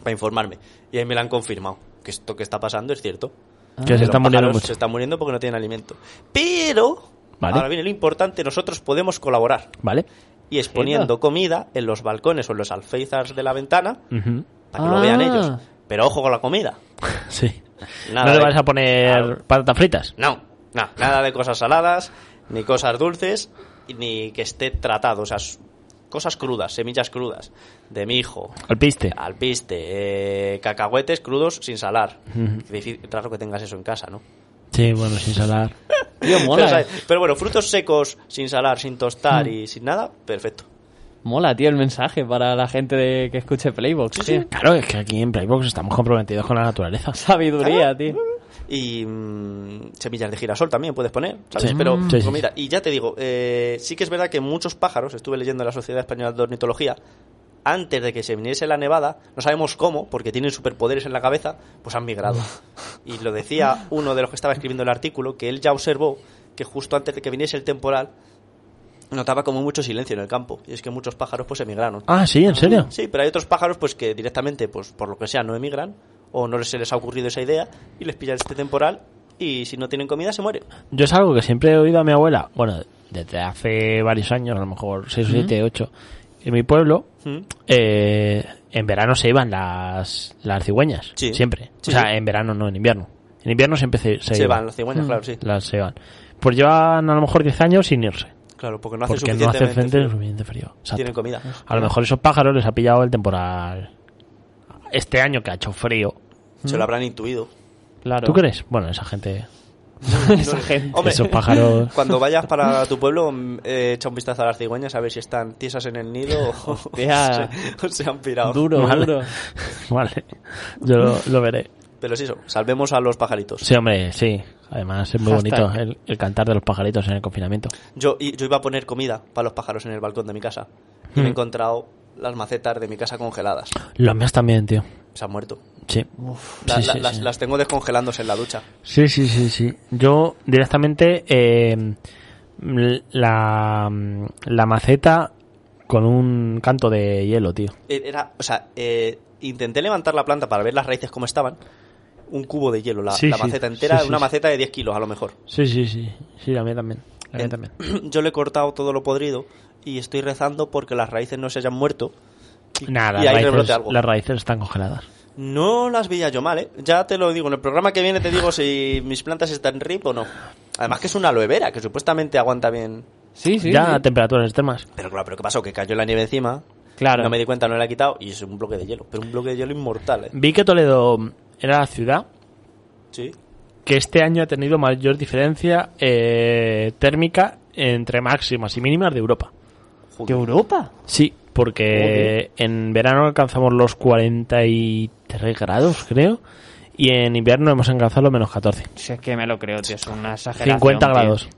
para informarme. Y ahí me la han confirmado, que esto que está pasando es cierto. Que se Los están muriendo pájaros mucho. Se están muriendo porque no tienen alimento. Pero, Vale. ahora viene lo importante, nosotros podemos colaborar. ¿Vale? Y exponiendo comida en los balcones o en los alféizars de la ventana Ujú. para que lo vean Ah. ellos. Pero ojo con la comida. Sí. Nada eh. no le de- vas a poner patatas fritas. No, no, nada de cosas saladas, ni cosas dulces, y ni que esté tratado. O sea, s- cosas crudas, semillas crudas. De mijo, Al piste. alpiste, eh, cacahuetes crudos sin salar. Difí- raro que tengas eso en casa, ¿no? Sí, bueno, sin salar. Tío, Pero, mola. eh. ¿sabes? Pero bueno, frutos secos, sin salar, sin tostar y sin nada, perfecto. Mola, tío, el mensaje para la gente de- que escuche Playbox. tío. Claro, es que aquí en Playbox estamos comprometidos con la naturaleza. Sabiduría, tío. Y mm, semillas de girasol también puedes poner, ¿sabes? Sí. Pero Mm. Sí, sí, comida. Y ya te digo, eh, sí que es verdad que muchos pájaros, estuve leyendo en la Sociedad Española de Ornitología, antes de que se viniese la nevada, no sabemos cómo, porque tienen superpoderes en la cabeza, pues han migrado. Y lo decía uno de los que estaba escribiendo el artículo, que él ya observó que justo antes de que viniese el temporal, notaba como mucho silencio en el campo. Y es que muchos pájaros pues emigraron. Ah, sí, en serio. Sí, pero hay otros pájaros pues que directamente, pues por lo que sea, no emigran o no se les ha ocurrido esa idea y les pilla este temporal y si no tienen comida se mueren. Yo es algo que siempre he oído a mi abuela, bueno, desde hace varios años, a lo mejor 6 o 7, 8, en mi pueblo, ¿Mm? eh, en verano se iban las, las cigüeñas, Sí. siempre. Sí, o sea, sí. en verano no, en invierno. En invierno siempre se, se Se iban. van las cigüeñas, claro, sí. Las se van. Pues llevan a lo mejor 10 años sin irse. Claro, porque no hace Porque no hace frente suficientemente lo frío. suficiente frío. Exacto. Tienen comida. A lo mejor esos pájaros les ha pillado el temporal. Este año que ha hecho frío. Se lo habrán intuido. Claro. ¿Tú crees? Bueno, esa gente. Esa gente. Hombre, Esos pájaros. cuando vayas para tu pueblo, mm, eh, echa un vistazo a las cigüeñas a ver si están tiesas en el nido o, Hostia. o se han pirado. Duro, Vale. duro. vale. Yo lo, lo veré. Pero sí, eso, salvemos a los pajaritos. Sí, hombre, sí. Además, es muy Hashtag. bonito el, el cantar de los pajaritos en el confinamiento. Yo, y- yo iba a poner comida para los pájaros en el balcón de mi casa y Mm. me he encontrado las macetas de mi casa congeladas. Los míos también, tío. Se han muerto. Sí. La- Sí, la- sí, las, sí. las tengo descongelándose en la ducha. Sí, sí, sí, sí. Yo directamente eh, la, la maceta con un canto de hielo, tío. Eh, Era, o sea, eh, intenté levantar la planta para ver las raíces cómo estaban. Un cubo de hielo, la, Sí, la sí, maceta entera, sí, sí, una sí. maceta de 10 kilos a lo mejor. Sí, sí, sí. Sí, la mía también. La mía En- también. Yo le he cortado todo lo podrido y estoy rezando porque las raíces no se hayan muerto. Y, Nada, y ahí las raíces, rebrote algo. las raíces están congeladas. No las veía yo mal, ¿eh? Ya te lo digo, en el programa que viene te digo si mis plantas están rip o no. Además que es una aloe vera, que supuestamente aguanta bien. Sí, sí. ya sí. a temperaturas extremas. Pero claro, pero ¿qué pasó? Que cayó la nieve encima. Claro. No me di cuenta, no la he quitado y es un bloque de hielo. Pero un bloque de hielo inmortal, ¿eh? Vi que Toledo era la ciudad Sí. que este año ha tenido mayor diferencia eh, térmica entre máximas y mínimas de Europa. ¿De Europa? Sí, porque en verano alcanzamos los 43 grados, creo, y en invierno hemos alcanzado los menos 14. Si es que me lo creo, tío. Es una exageración. 50 tío. grados,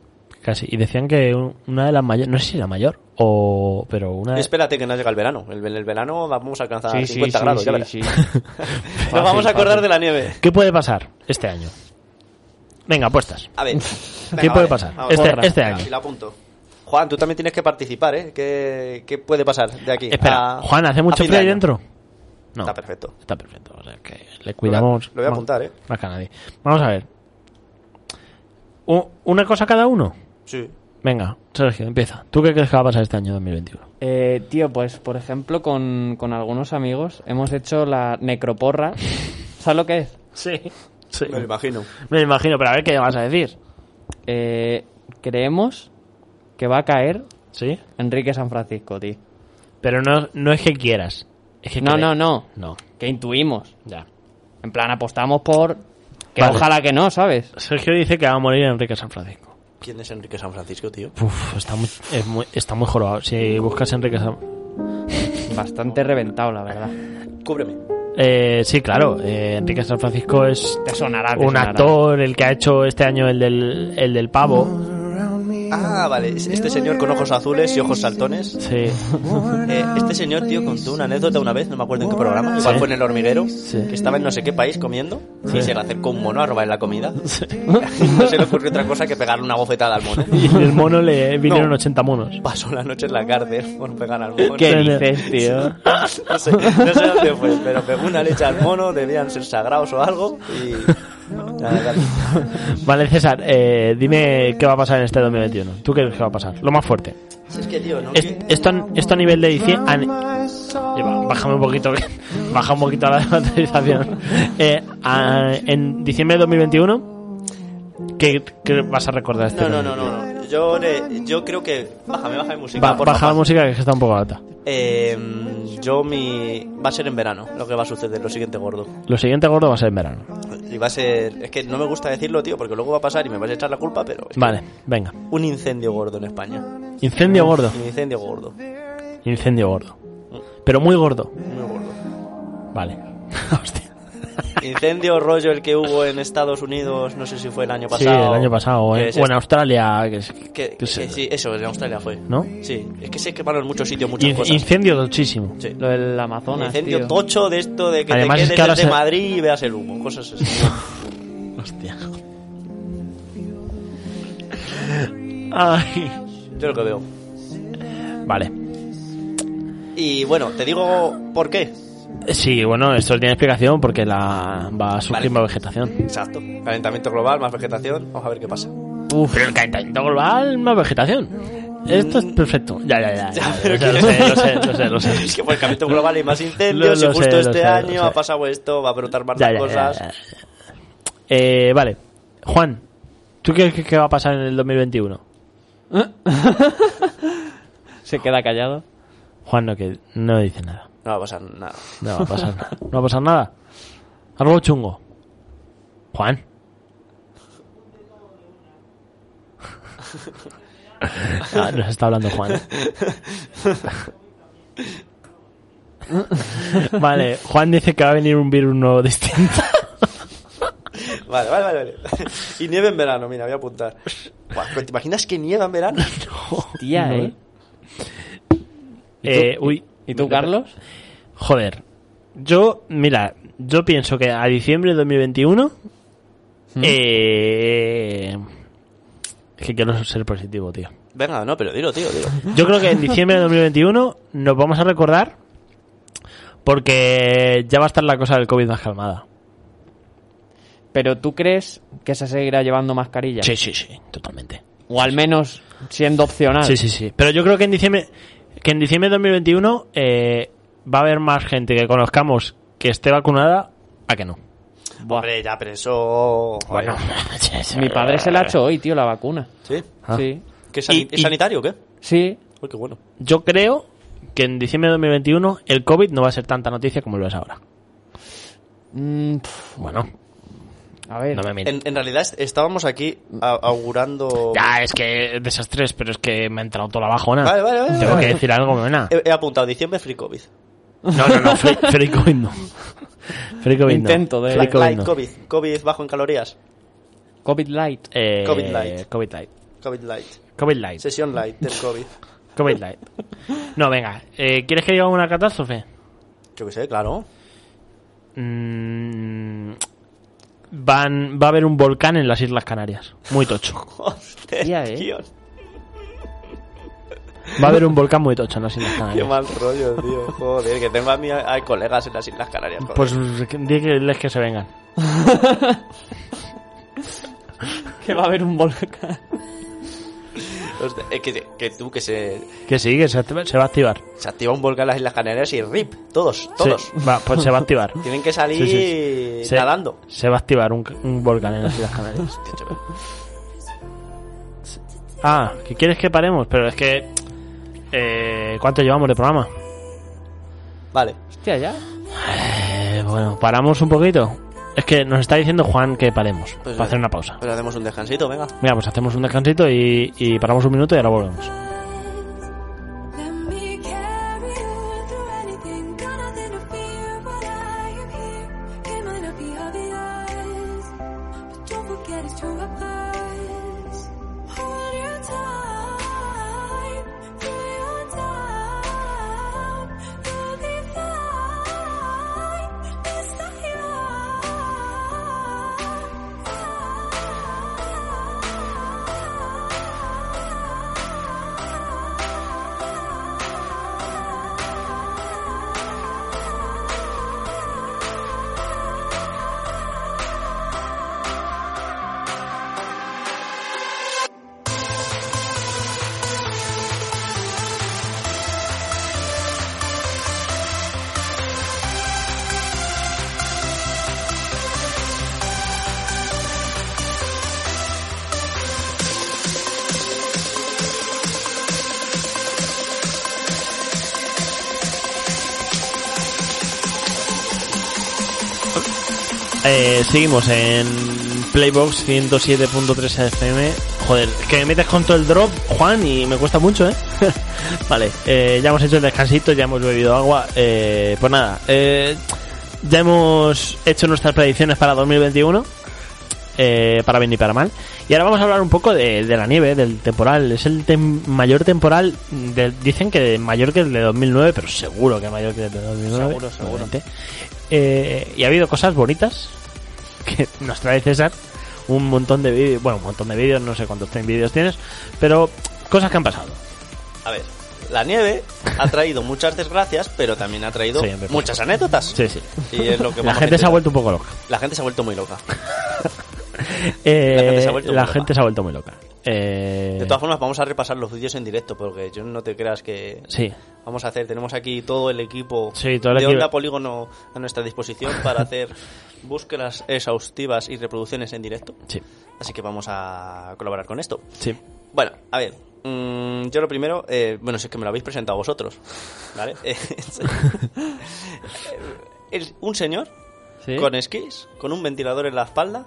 casi. Y decían que un- una de las mayores, no sé si la mayor, o pero una de... Espérate que no llega el verano. El, el verano vamos a alcanzar Sí, sí, 50 sí, grados, ya sí, verás. sí. Nos vamos Fácil, a acordar fácil. de la nieve. ¿Qué puede pasar este año? Venga, apuestas. A ver. ¿Qué puede pasar? vamos. Este- Porra. este año. Y la apunto. Juan, tú también tienes que participar, ¿eh? ¿Qué, qué puede pasar de aquí? Espera, a- Juan, ¿hace a mucho fin de frío ahí año? dentro? No. Está perfecto. Está perfecto, o sea que le cuidamos. Lo voy a apuntar, ¿eh? Más que a nadie. Vamos a ver. U- ¿Una cosa cada uno? Sí. Venga, Sergio, empieza. ¿Tú qué crees que va a pasar este año 2021? Eh, tío, pues por ejemplo, con, con algunos amigos hemos hecho la necroporra. ¿Sabes lo que es? Sí, sí. Me lo imagino. Me lo imagino, pero a ver qué vas a decir. Eh, creemos que va a caer ¿Sí? Enrique San Francisco, tío. Pero no, no es que quieras. Es que No, cre- no, no. No, Que intuimos. ya. En plan, apostamos por. Que Vale. ojalá que no, ¿sabes? Sergio dice que va a morir Enrique San Francisco. ¿Quién es Enrique San Francisco, tío? Uf, está muy, es muy- está muy jorobado. Si buscas Enrique San Bastante reventado, la verdad. Cúbreme. Eh, sí, claro. eh, Enrique San Francisco es Te sonará, te un sonará. actor, el que ha hecho este año el del, el del pavo. Ah, vale. es Este señor con ojos azules y ojos saltones. Sí. Eh, este señor, tío, contó una anécdota una vez, no me acuerdo en qué programa, igual Sí. fue en el hormiguero, Sí. que estaba en no sé qué país comiendo y se le acercó un mono a robarle la comida. no se le ocurrió otra cosa que pegarle una bofetada al mono. Y en el mono le vinieron No. 80 monos. Pasó la noche en la cárcel por pegar al mono. ¿Qué Sí. dices, tío? No sé, no sé dónde fue, pero pegó una leche al mono, debían ser sagrados o algo y... Nada, dale. Vale, César, eh, dime qué va a pasar en este 2021. ¿Tú qué crees que va a pasar? Lo más fuerte. Si es que, tío, ¿no? Est- esto, a- esto a nivel de diciembre... bájame un poquito, que- baja un poquito la baterización. Eh, a- en diciembre de 2021, ¿qué, qué vas a recordar este No, no, año? no, no, no. Yo, le- yo creo que... Bájame, bájame música, Ba- por baja la favor. música que está un poco alta. Em, Eh, yo mi... Va a ser en verano lo que va a suceder, lo siguiente gordo. Lo siguiente gordo va a ser en verano. Y va a ser. Es que no me gusta decirlo, tío, porque luego va a pasar y me vas a echar la culpa, pero. es que Vale, venga. Un incendio gordo en España. Incendio gordo. Un incendio gordo. Incendio gordo. Pero muy gordo. Muy gordo. Vale. Hostia. Incendio rollo el que hubo en Estados Unidos, no sé si fue el año Sí, pasado. el año pasado. Que ¿eh? es O en Australia. Que, es- Que, que que se- sí, eso, en Australia fue. ¿No? Sí, es que se quemaron en muchos sitios muchas In- cosas. Incendio tochísimo. Sí. Lo del Un Amazonas, incendio tío. tocho de esto de que Además, te es quedes que ahora desde se- Madrid y veas el humo, cosas así. Hostia. Ay. Yo lo que veo. Vale. Y bueno, te digo por qué. Sí, bueno, esto tiene explicación porque la va a surgir Vale. más vegetación. Exacto. Calentamiento global, más vegetación. Vamos a ver qué pasa. Uf, pero el calentamiento global, más vegetación. Esto es perfecto. Ya, ya, ya. Ya, ya, pero ya, que- lo, sé, lo sé, lo sé, lo Es sé. que por el calentamiento global hay más incendios Lo- lo y justo sé, lo este sé, lo año sé. ha pasado esto, va a brotar más Ya, las ya, ya, cosas. ya, ya. Eh, vale. Juan, ¿tú qué crees que va a pasar en el 2021? Se queda callado. Juan no, que no dice nada. No va a pasar nada. No va a pasar nada. No va a pasar nada. Algo chungo. Juan. Ah, nos está hablando Juan. Vale, Juan dice que va a venir un virus nuevo distinto. Vale, vale, vale. vale. Y nieve en verano, mira, voy a apuntar. Buah, pero ¿Te imaginas que nieva en verano? Tía, No, ¿eh? Eh, uy. ¿Y tú, Carlos? Joder. Yo, mira, yo pienso que a diciembre de 2021. ¿Mm? eh, es que quiero ser positivo, tío. Venga, no, pero dilo, tío, dilo. Yo creo que en diciembre de 2021 nos vamos a recordar porque ya va a estar la cosa del COVID más calmada. Pero tú crees que se seguirá llevando mascarilla. Sí, sí, sí, totalmente. O al menos siendo opcional. Sí, sí, sí. Pero yo creo que en diciembre, que en diciembre de 2021 eh, va a haber más gente que conozcamos que esté vacunada a que no. Buah, Hombre, ya, pero eso... joder. Mi padre se la ha hecho hoy, tío, la vacuna. ¿Sí? eh, Ah. Sí. ¿Que es, sani- Y- es y- sanitario o qué? Sí. Uy, qué bueno. Yo creo que en diciembre de 2021 el COVID no va a ser tanta noticia como lo es ahora. Mm, pf, Bueno, a ver. no me mires. En, en realidad est- estábamos aquí a- augurando... Ya, es que desastres, pero es que me ha entrado toda la bajona. Vale, vale, vale, Tengo vale. que decir algo, buena. He, he apuntado diciembre free COVID. No, no, no, Fre- Free Covid no. Free Covid no. Intento de- Free Light, COVID light no. COVID. COVID bajo en calorías. COVID light. Eh, COVID light. COVID light. COVID light. COVID light. Sesión light del COVID. COVID light. No, venga. eh, ¿Quieres que diga una catástrofe? Yo qué sé, claro. Mm, van, va a haber un volcán en las Islas Canarias. Muy tocho. Joder, Ya, eh. tío. Va a haber un volcán muy tocho en las Islas Qué Canarias. mal rollo, tío. Joder, que tengo a mí hay colegas en las Islas Canarias. joder. Pues diles que se vengan. Que va a haber un volcán. Hostia, es que, que tú, que se, Que sí, que se, activa- se va a activar. se activa un volcán en las Islas Canarias y rip. Todos, todos. Sí, va, pues se va a activar. Tienen que salir Sí, sí, sí. Se- Eh, nadando. Se, va a activar un, un volcán en las Islas Canarias. Hostia, chaval. Ah, que quieres que paremos, pero es que. Eh, ¿Cuánto llevamos de programa? Vale. Hostia, ya. Eh, bueno, paramos un poquito. Es que nos está diciendo Juan que paremos Pues para vale. hacer una pausa. Pues hacemos un descansito, venga. Mira, pues hacemos un descansito y, y paramos un minuto y ahora volvemos. Let me carry you through anything. Got nothing to fear while I am here. It might not be obvious, but don't forget it's true of us. Hold your time, through your time. You'll be fine. It's not your Eh, seguimos en Playbox 107.3 FM. Joder, es que me metes con todo el drop, Juan, y me cuesta mucho, ¿eh? vale, eh, ya hemos hecho el descansito, ya hemos bebido agua. Eh, pues nada, eh, ya hemos hecho nuestras predicciones para 2021. eh, para bien y para mal. Y ahora vamos a hablar un poco de, de la nieve, del temporal. Es el tem- mayor temporal, de- dicen que mayor que el de 2009, pero seguro que mayor que el de 2009. Seguro, seguro. obviamente. Eh, y ha habido cosas bonitas que nos trae César. Un montón de vídeos, bueno, un montón de vídeos, no sé cuántos ten- vídeos tienes, pero cosas que han pasado. A ver, la nieve ha traído muchas desgracias, pero también ha traído Sí, hombre, por muchas anécdotas. Sí, sí. Y es lo que La vamos gente a se ha intentar. vuelto un poco loca. La gente se ha vuelto muy loca. Eh, La gente se ha vuelto la muy gente loca. se ha vuelto muy loca. Eh, De todas formas, vamos a repasar los vídeos en directo, porque yo no te creas que... sí. Vamos a hacer, tenemos aquí todo el equipo Sí, todo el de equipo. Onda Polígono a nuestra disposición para hacer búsquedas exhaustivas y reproducciones en directo. Sí. Así que vamos a colaborar con esto. Sí. Bueno, a ver. mm, yo lo primero, eh, bueno, si es que me lo habéis presentado vosotros, ¿vale? Eh, el- un señor Sí. con esquís, con un ventilador en la espalda,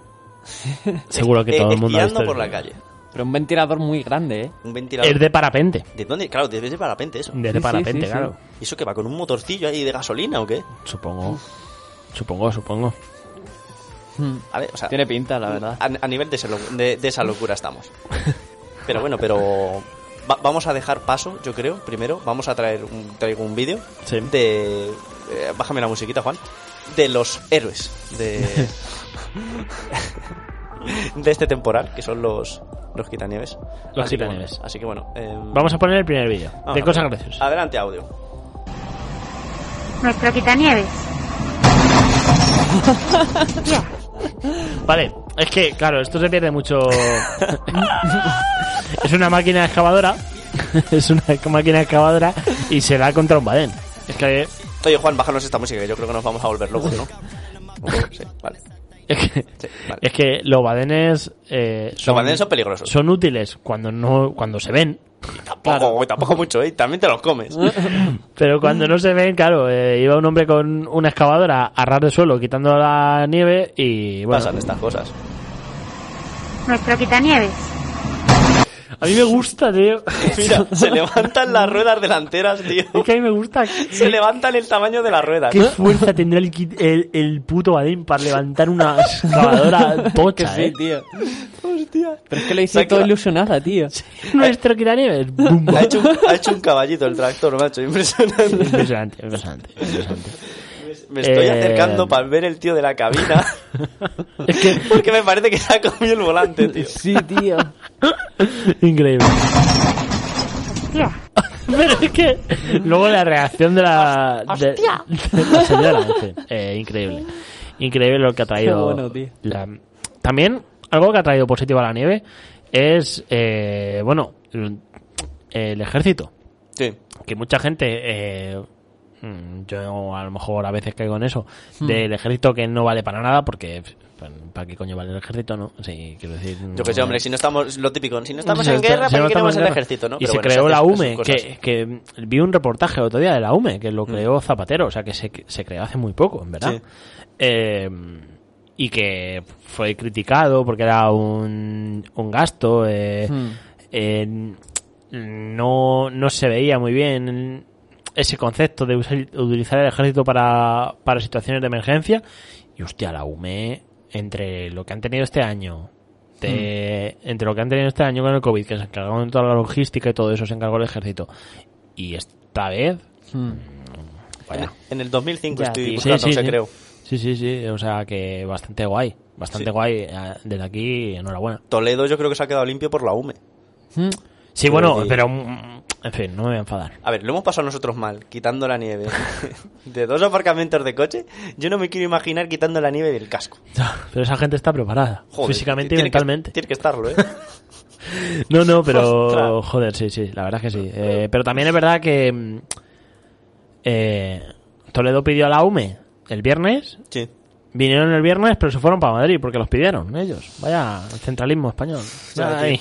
Seguro que eh, todo el mundo ha esquiando visto por el la vídeo. calle. Pero un ventilador muy grande, ¿eh? Un ventilador. Es de Mm. parapente. ¿De dónde? Claro, de, de parapente eso. De Sí, sí, parapente, sí, sí. claro. ¿Y eso que va con un motorcillo ahí de gasolina o qué? Supongo. Supongo, supongo. A ver, o sea, Tiene pinta, la verdad. a, a nivel de, ese lo- de- de esa locura estamos. Pero bueno, pero va- vamos a dejar paso, yo creo, primero. Vamos a traer un, traigo un vídeo Sí. de... eh, bájame la musiquita, Juan. De los héroes de... de este temporal, que son los, los quitanieves. Los Así que quitanieves. bueno, así que bueno... em, Vamos a poner el primer vídeo. vamos De a cosas ver. graciosas. Adelante, audio. Nuestro quitanieves. Vale, es que, claro, esto se pierde mucho. es una máquina excavadora. es una máquina excavadora y se da contra un badén. Es que, Oye, Juan, bájanos esta música, que yo creo que nos vamos a volver locos, ¿no? Sí, vale. es que, Sí, vale. es que los badenes eh, son, Los banderas son peligrosos. son útiles cuando no cuando se ven. Tampoco, tampoco mucho, ¿eh? También te los comes. Pero cuando no se ven, claro, eh, iba un hombre con una excavadora a ras de suelo quitando la nieve y bueno, Pasan estas cosas. Nuestro quitanieves. A mí me gusta, tío. Mira, se levantan las ruedas delanteras, tío. Es que a mí me gusta. Se levantan el tamaño de las ruedas. ¿Qué fuerza tendrá el, kit- el, el puto Badén para levantar una excavadora Que tocha, sí, eh? tío. Hostia. Pero es que le Se hice ha todo quedado- ilusionada, tío. Nuestro quitanieves. Bumba. Ha hecho, un, ha hecho un caballito el tractor, macho, impresionante. Impresionante, impresionante, impresionante. Me estoy Eh, acercando para ver el tío de la cabina. Es que, Porque me parece que se ha comido el volante, tío. Sí, tío. increíble. Hostia. Pero es que luego la reacción de la, de, de la señora, en fin, eh, increíble. Increíble lo que ha traído. Qué bueno, tío. la- también algo que ha traído positivo a la nieve es, eh, bueno, el- el ejército. Sí. que mucha gente eh, mm, yo a lo mejor a veces caigo en eso Hmm. del ejército que no vale para nada porque pues, para qué coño vale el ejército no sí quiero decir Yo que sé, no- hombre, si no estamos, lo típico, si no estamos si en está- guerra, si no ¿para qué estamos queremos en el guerra. ejército, no? Y Pero se bueno, creó esas- la esas UME, cosas. Mm. que, que vi un reportaje otro día de la UME, que lo creó Zapatero, o sea que se, se creó hace muy poco, en verdad. Sí. Eh, y que fue criticado porque era un, un gasto, eh, eh, no, no se veía muy bien ese concepto de usar- utilizar el ejército para, para situaciones de emergencia. Y hostia, la UME, entre lo que han tenido este año, de- entre lo que han tenido este año con el COVID, que se encargaron de toda la logística y todo eso, se encargó el ejército. Y esta vez, En, vaya. en el 2005 Ya, estoy tío. buscando, se creó. Sí, sí, sí, o sea que bastante guay, bastante Sí. guay. eh, Desde aquí, enhorabuena. Toledo yo creo que se ha quedado limpio por la E. UME. Hmm. Sí, bueno, sí. pero mm, en fin, no me voy a enfadar. A ver, lo hemos pasado nosotros mal, quitando la nieve de dos aparcamentos de coche. Yo no me quiero imaginar quitando la nieve del casco. Pero esa gente está preparada, Joder, físicamente y tiene que- mentalmente. tiene que estarlo, ¿eh? No, no, pero Ostras. joder, sí, sí, la verdad es que sí. Eh, pero también es verdad que mm, eh, Toledo pidió a la UME el viernes, Sí. vinieron el viernes, pero se fueron para Madrid porque los pidieron ellos. Vaya, el centralismo español. Ya, Ay.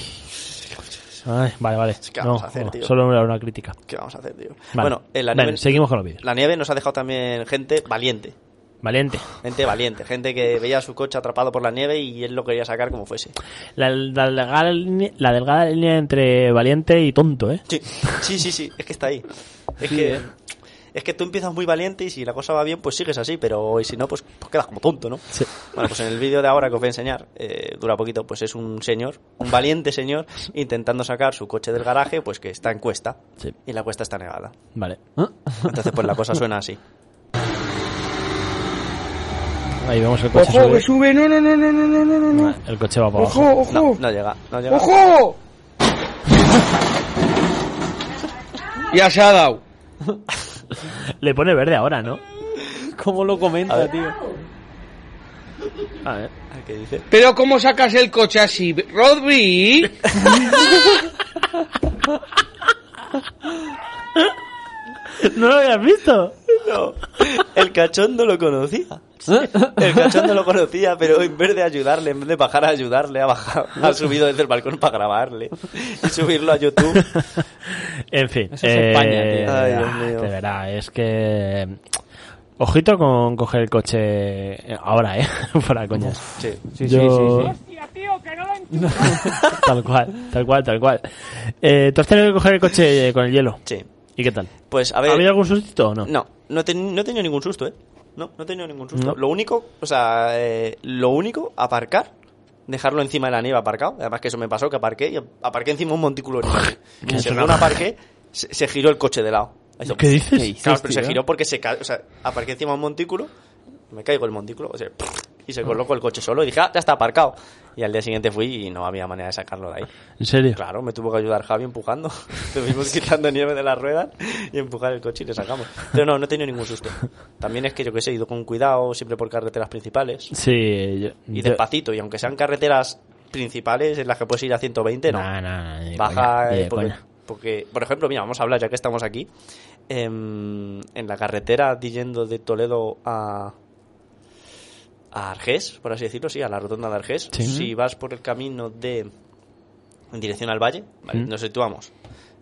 Ay, vale, vale. ¿qué No, vamos a hacer, no, tío? solo era una crítica. ¿Qué vamos a hacer, tío? Vale. Bueno, eh, la, Ven, nieve, seguimos con los vídeos. la nieve nos ha dejado también gente valiente. Valiente. Gente valiente, gente que veía su coche atrapado por la nieve y él lo quería sacar como fuese. La, la delgada, línea- la delgada línea entre valiente y tonto, ¿eh? Sí, sí, sí, sí, es que está ahí. Es que es que tú empiezas muy valiente y si la cosa va bien, pues sigues así, pero y si no, pues, pues quedas como tonto, ¿no? Sí. Bueno, pues en el vídeo de ahora que os voy a enseñar, eh, dura poquito, pues es un señor, un valiente señor, intentando sacar su coche del garaje, pues que está en cuesta. Sí. Y la cuesta está nevada. Vale. Entonces, pues la cosa suena así. Ahí vemos el coche. ¡Oh, Ojo, que subir. sube. No, no, no, no, no, no, no, no, no. El coche va para abajo. Ojo, ojo. No, no llega, no llega. ¡Oh! ¡Ojo! ya se ha dado. Le pone verde ahora, ¿no? ¿Cómo lo comenta, A ver. tío? A ver. ¿Qué dice? Pero ¿cómo sacas el coche así? Rodri. ¿No lo habías visto? No, el cachondo lo conocía. El cachondo lo conocía, pero en vez de ayudarle, en vez de bajar a ayudarle, ha bajado, ha subido desde el balcón para grabarle y subirlo a YouTube. En fin. Eso es España, tío. Ay, Dios ah, mío. De verdad, es que... Ojito con coger el coche ahora, ¿eh? Fuera coñas. Sí. Sí, Yo- sí, sí, sí. tal cual, tal cual, tal cual. Eh, ¿Tú has tenido que coger el coche eh, con el hielo? Sí. ¿Y qué tal? Pues a ¿Ha habido ver, algún sustito o no? no, no, he teni- no he tenido ningún susto, ¿eh? No, no he tenido ningún susto. No. Lo único, o sea, eh, lo único, aparcar, dejarlo encima de la nieve aparcado. Además que eso me pasó, que aparqué y aparqué encima un montículo. de nieve. Qué Y según raro. aparqué, se, se giró el coche de lado. Hizo- ¿Qué dices? Claro, pero se giró porque se ca- O sea, aparqué encima de un montículo, me caigo el montículo, o sea, y se colocó el coche solo y dije, ah, ya está aparcado. Y al día siguiente fui y no había manera de sacarlo de ahí. ¿En serio? Claro, me tuvo que ayudar Javi empujando. Tuvimos quitando nieve de las ruedas y empujar el coche y le sacamos. Pero no, no he tenido ningún susto. También es que yo que sé, he ido con cuidado, siempre por carreteras principales. Sí, yo... Y yo- despacito, y aunque sean carreteras principales en las que puedes ir a 120, no. Nah, nah, ni de Baja, coña, ni eh, de porque, coña. porque, por ejemplo, mira, vamos a hablar ya que estamos aquí. Em, en la carretera de yendo de Toledo a, a Argés, por así decirlo, sí, a la rotonda de Argés. Sí. Si vas por el camino de. en dirección al valle, vale, Mm. nos situamos.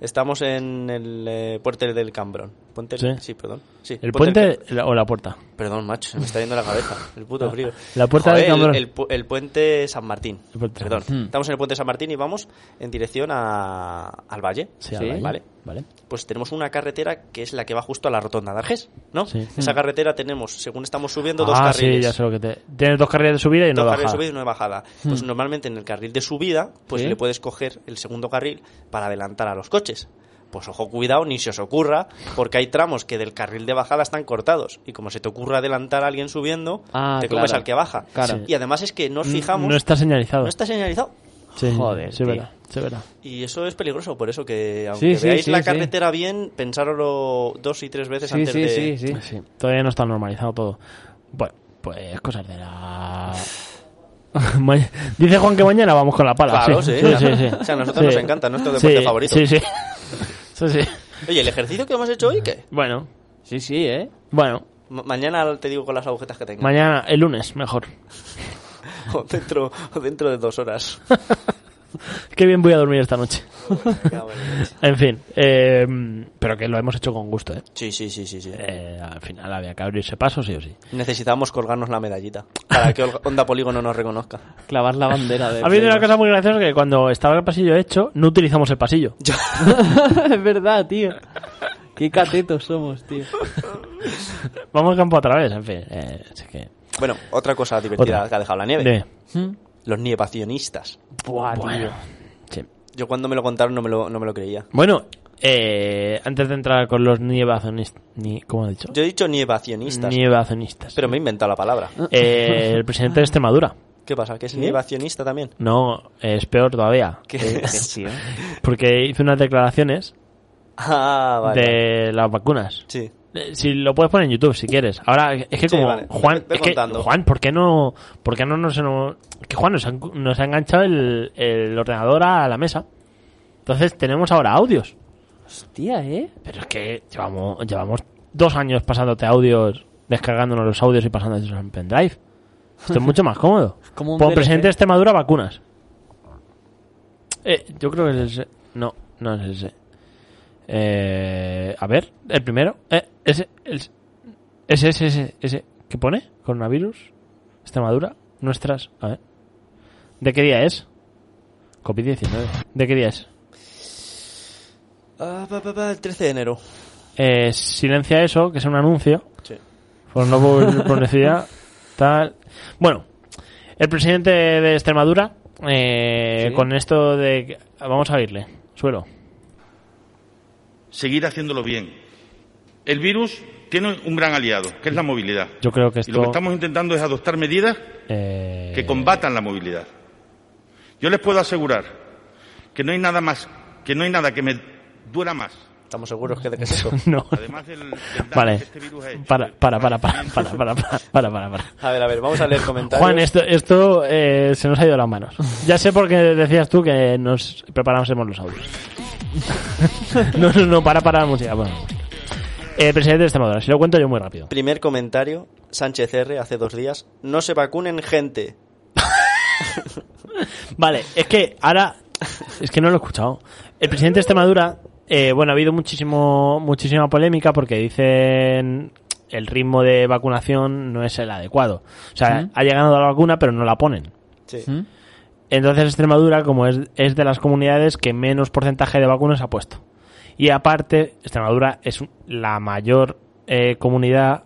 Estamos en el eh, puente del Cambrón. Puente, Sí. sí. perdón. Sí, ¿El del puente la- o la puerta? Cam- Perdón, macho, se me está yendo la cabeza. El puto frío. la puerta del Joder, el- Cambrón. El, pu- el puente San Martín. El puente San Perdón. Martín. Estamos en el puente San Martín y vamos en dirección a, al valle. Sí, al valle. Vale Vale. pues tenemos una carretera que es la que va justo a la rotonda de Arges, ¿no? Sí. Esa carretera tenemos, según estamos subiendo, dos Ah, carriles. sí, ya sé lo que te... Tienes dos carriles de subida y no dos de carriles bajada. de subida y uno de bajada. Pues normalmente en el carril de subida, pues Hmm. Sí. le puedes coger el segundo carril para adelantar a los coches. Pues ojo, cuidado, ni se os ocurra, porque hay tramos que del carril de bajada están cortados. Y como se te ocurra adelantar a alguien subiendo, Ah, te claro. comes al que baja. Claro. Y además es que nos N- fijamos, No está señalizado. no está señalizado. Sí, Joder, sí, tío. verdad, sí, verdad. Y eso es peligroso, por eso que aunque Sí, sí, veáis sí, la sí. carretera bien, pensároslo dos y tres veces Sí, antes sí, de... sí, sí. Sí, todavía no está normalizado todo. Bueno, pues cosas de la... Ma- Dice Juan que mañana vamos con la pala. Claro, sí. sí. sí, sí, sí. O sea, a nosotros nos encanta, nuestro deporte sí, favorito. Sí, sí. Sí, sí. Oye, ¿el ejercicio que hemos hecho hoy qué? Bueno, Sí, sí, ¿eh? bueno. Ma- mañana te digo con las agujetas que tengo. Mañana, el lunes, mejor. o, dentro, o dentro de dos horas. Qué bien voy a dormir esta noche. Me cago en la leche. En fin, eh, pero que lo hemos hecho con gusto, ¿eh? sí, sí, sí, sí. sí. Eh, Al final había que abrirse paso, sí o sí. Necesitamos colgarnos la medallita para que Olga- Onda Polígono nos reconozca. Clavar la bandera Eh, de... Ha habido una cosa muy graciosa que cuando estaba el pasillo hecho, no utilizamos el pasillo. es verdad, tío. Qué catetos somos, tío. Vamos al campo a través, en fin. eh, así que... Bueno, otra cosa divertida Otra. que ha dejado la nieve. Bien. Los nievacionistas. Hmm. Buah, Bueno, sí. Yo cuando me lo contaron no me lo, no me lo creía. Bueno, eh, antes de entrar con los nievazonistas, ni, ¿cómo he dicho? Yo he dicho nievacionistas, Nievazonistas. pero me he inventado la palabra. Eh, el presidente de Extremadura. ¿Qué pasa? ¿Que es nievacionista también? No, es peor todavía. ¿Qué tío. es? Sí, ¿eh? Porque hizo unas declaraciones Ah, vale. de las vacunas. Sí. Eh, Si lo puedes poner en YouTube si quieres. Ahora es que Sí, como vale. Juan, Ve es que, contando. Juan, ¿por qué no, por qué no nos, no- que Juan nos ha, nos ha enganchado el, el ordenador a la mesa? Entonces tenemos ahora audios. Hostia, ¿eh? Pero es que llevamos, llevamos dos años pasándote audios, descargándonos los audios y pasándote en pendrive. Esto es mucho más cómodo. como un Pon DLC. presidente de Extremadura, vacunas. Eh, yo creo que es ese. No, no es E. ese. Eh, a ver, el primero. Eh, E. ese, el- ese, ese, ese, ese. ¿Qué pone? ¿Coronavirus? ¿Extremadura? ¿Nuestras? A ver. ¿De qué día es? COVID-19. ¿De qué día es? Ah, pa, pa, pa, el 13 de enero. Eh, silencia eso, que es un anuncio. Sí. Por no por por necesidad. Tal. Bueno, el presidente de Extremadura, eh, Sí. con esto de. que- Vamos a oírle. Suelo. seguir haciéndolo bien. El virus tiene un gran aliado, que es la movilidad. Yo creo que Y lo esto. que estamos intentando es adoptar medidas eh, que combatan la movilidad. Yo les puedo asegurar que no hay nada más, que no hay nada que me duela más. Estamos seguros que de que es eso. No. Además del, del daño Vale. que este virus ha hecho. Para, para, para, para, para, para, para, para, para, para. A ver, a ver, vamos a leer comentarios. Juan, esto, esto eh, se nos ha ido de las manos. Ya sé por qué decías tú que nos preparásemos los audios. no, no, no, para, para la música. Bueno. Eh, presidente de Extremadura, si lo cuento yo muy rápido. Primer comentario, Sánchez R, hace dos días. No se vacunen gente. Vale, es que ahora. Es que no lo he escuchado. El presidente de Extremadura. eh, bueno, ha habido muchísimo, muchísima polémica porque dicen el ritmo de vacunación no es el adecuado. O sea, ha llegado la vacuna, pero no la ponen. Sí. ¿Mm? Hmm. Entonces Extremadura, como es, es de las comunidades que menos porcentaje de vacunas ha puesto. Y aparte, Extremadura es un- la mayor eh, comunidad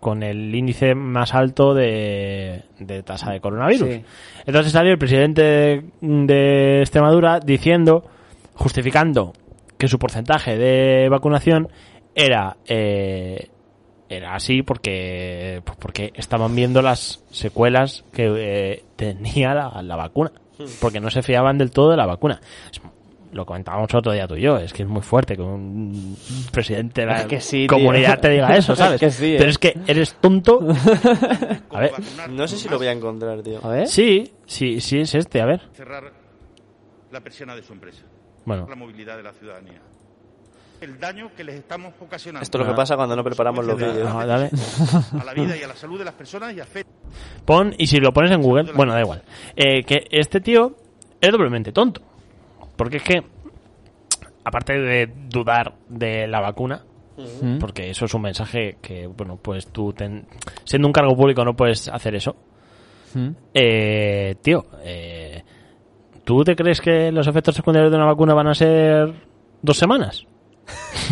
con el índice más alto de, de tasa de coronavirus. Sí. Entonces salió el presidente de, de Extremadura diciendo, justificando que su porcentaje de vacunación era... eh, era así porque pues porque estaban viendo las secuelas que eh, tenía la, la vacuna Hmm. porque no se fiaban del todo de la vacuna Es- lo comentábamos otro día tú y yo es que es muy fuerte que un presidente de la Es que sí, tío. comunidad te diga eso sabes Es que sí, eh. pero es que eres tonto a ver Vacunar, No sé si lo voy a encontrar, tío. A ver. sí sí sí es este a ver cerrar la persiana de su empresa, bueno la movilidad de la ciudadanía. El daño que les estamos ocasionando Esto es lo que pasa cuando no preparamos los vídeos. no, Ah, dale. a la vida y a la salud de las personas y afecta Pon, y si lo pones en Google, bueno, da igual. Eh, que este tío es doblemente tonto. Porque es que, aparte de dudar de la vacuna, porque eso es un mensaje que, bueno, pues tú, ten- siendo un cargo público, no puedes hacer eso. Hmm. Eh, tío, eh, ¿tú te crees que los efectos secundarios de una vacuna van a ser dos semanas?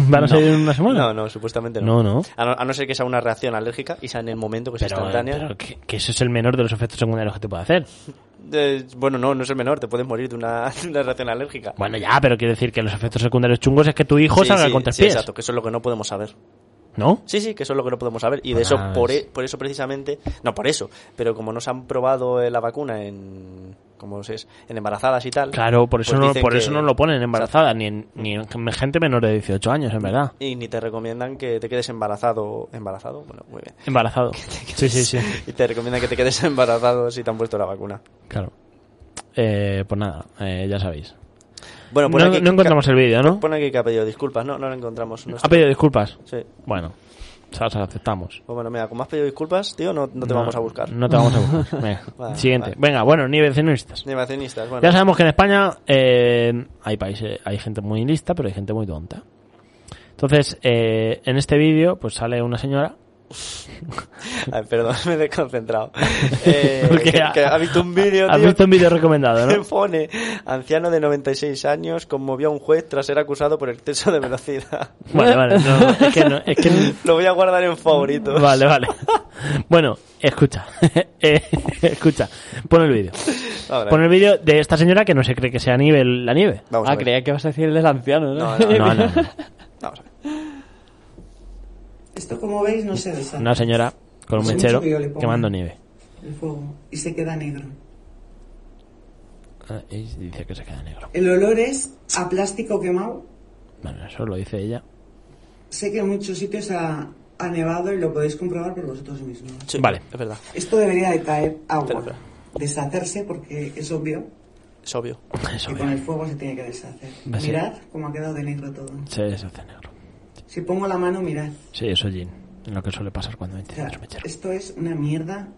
¿Van a ser una semana? No, no, supuestamente No, no. no. A no, a no ser que sea una reacción alérgica y sea en el momento que sea Pero, instantánea. pero que, que eso es el menor de los efectos secundarios que te puede hacer. Eh, bueno, no, no es el menor, te puedes morir de una, de una reacción alérgica. Bueno, ya, pero quiero decir que los efectos secundarios chungos es que tu hijo Sí, salga sí, con tres sí, pies. Exacto, que eso es lo que no podemos saber. ¿No? Sí, sí, que eso es lo que no podemos saber. Y de Ah, eso, por, es- e- por eso precisamente, no por eso, pero como no se han probado eh, la vacuna en como se es, en embarazadas y tal. Claro, por eso, pues no, dicen por que- eso no lo ponen embarazada, ni en, ni en gente menor de 18 años, en verdad. Y ni te recomiendan que te quedes embarazado. ¿Embarazado? Bueno, muy bien. Embarazado. Sí, sí, sí. Y te recomiendan que te quedes embarazado si te han puesto la vacuna. Claro. Eh, pues nada, eh, ya sabéis. Bueno, No, pone aquí, no encontramos el vídeo, ¿no? Pone aquí que ha pedido disculpas. No, no lo encontramos. No Ha está. pedido disculpas. Sí. Bueno, se las aceptamos. Pues bueno, mira, como has pedido disculpas, tío, no, no te vamos a buscar. No te vamos a buscar. Venga, Vale, siguiente. vale. Venga, bueno, ni vecinistas. Negacionistas, bueno. Ya sabemos que en España eh, hay países, hay gente muy lista, pero hay gente muy tonta. Entonces, eh, en este vídeo, pues sale una señora Ay, perdón, me he desconcentrado. Eh, Porque que, que ha visto un vídeo, Has tío, visto un vídeo recomendado, que ¿no? pone anciano de 96 años conmovió a un juez tras ser acusado por exceso de velocidad. vale, vale. no, no, es que no, es que- Lo voy a guardar en favoritos. Vale, vale. Bueno, escucha. Eh, escucha. Pon el vídeo. Ahora, Pon el vídeo de esta señora que no se cree que sea nieve la nieve. vamos a ah, ver. creía que vas a decir el del anciano, No, ¿no? no, No, no, no. Vamos a ver. Esto, como veis, no se deshace. Una señora con un Hace mechero mucho que yo le pongo. quemando nieve. El fuego. Y se queda negro. Ah, Y dice que se queda negro. El olor es a plástico quemado. Bueno, eso lo dice ella. Sé que en muchos sitios ha, ha nevado y lo podéis comprobar por vosotros mismos. Sí, Vale. Es verdad, Esto debería de caer agua. Espera, espera. Deshacerse porque es obvio es obvio. Eso que con el fuego se tiene que deshacer. Ve, sí. Mirad cómo ha quedado de negro todo. Se, se hace negro. Si pongo la mano, mirad. Sí, eso es Jin. Lo que suele pasar cuando O sea, enciendes un mechero. esto es una mierda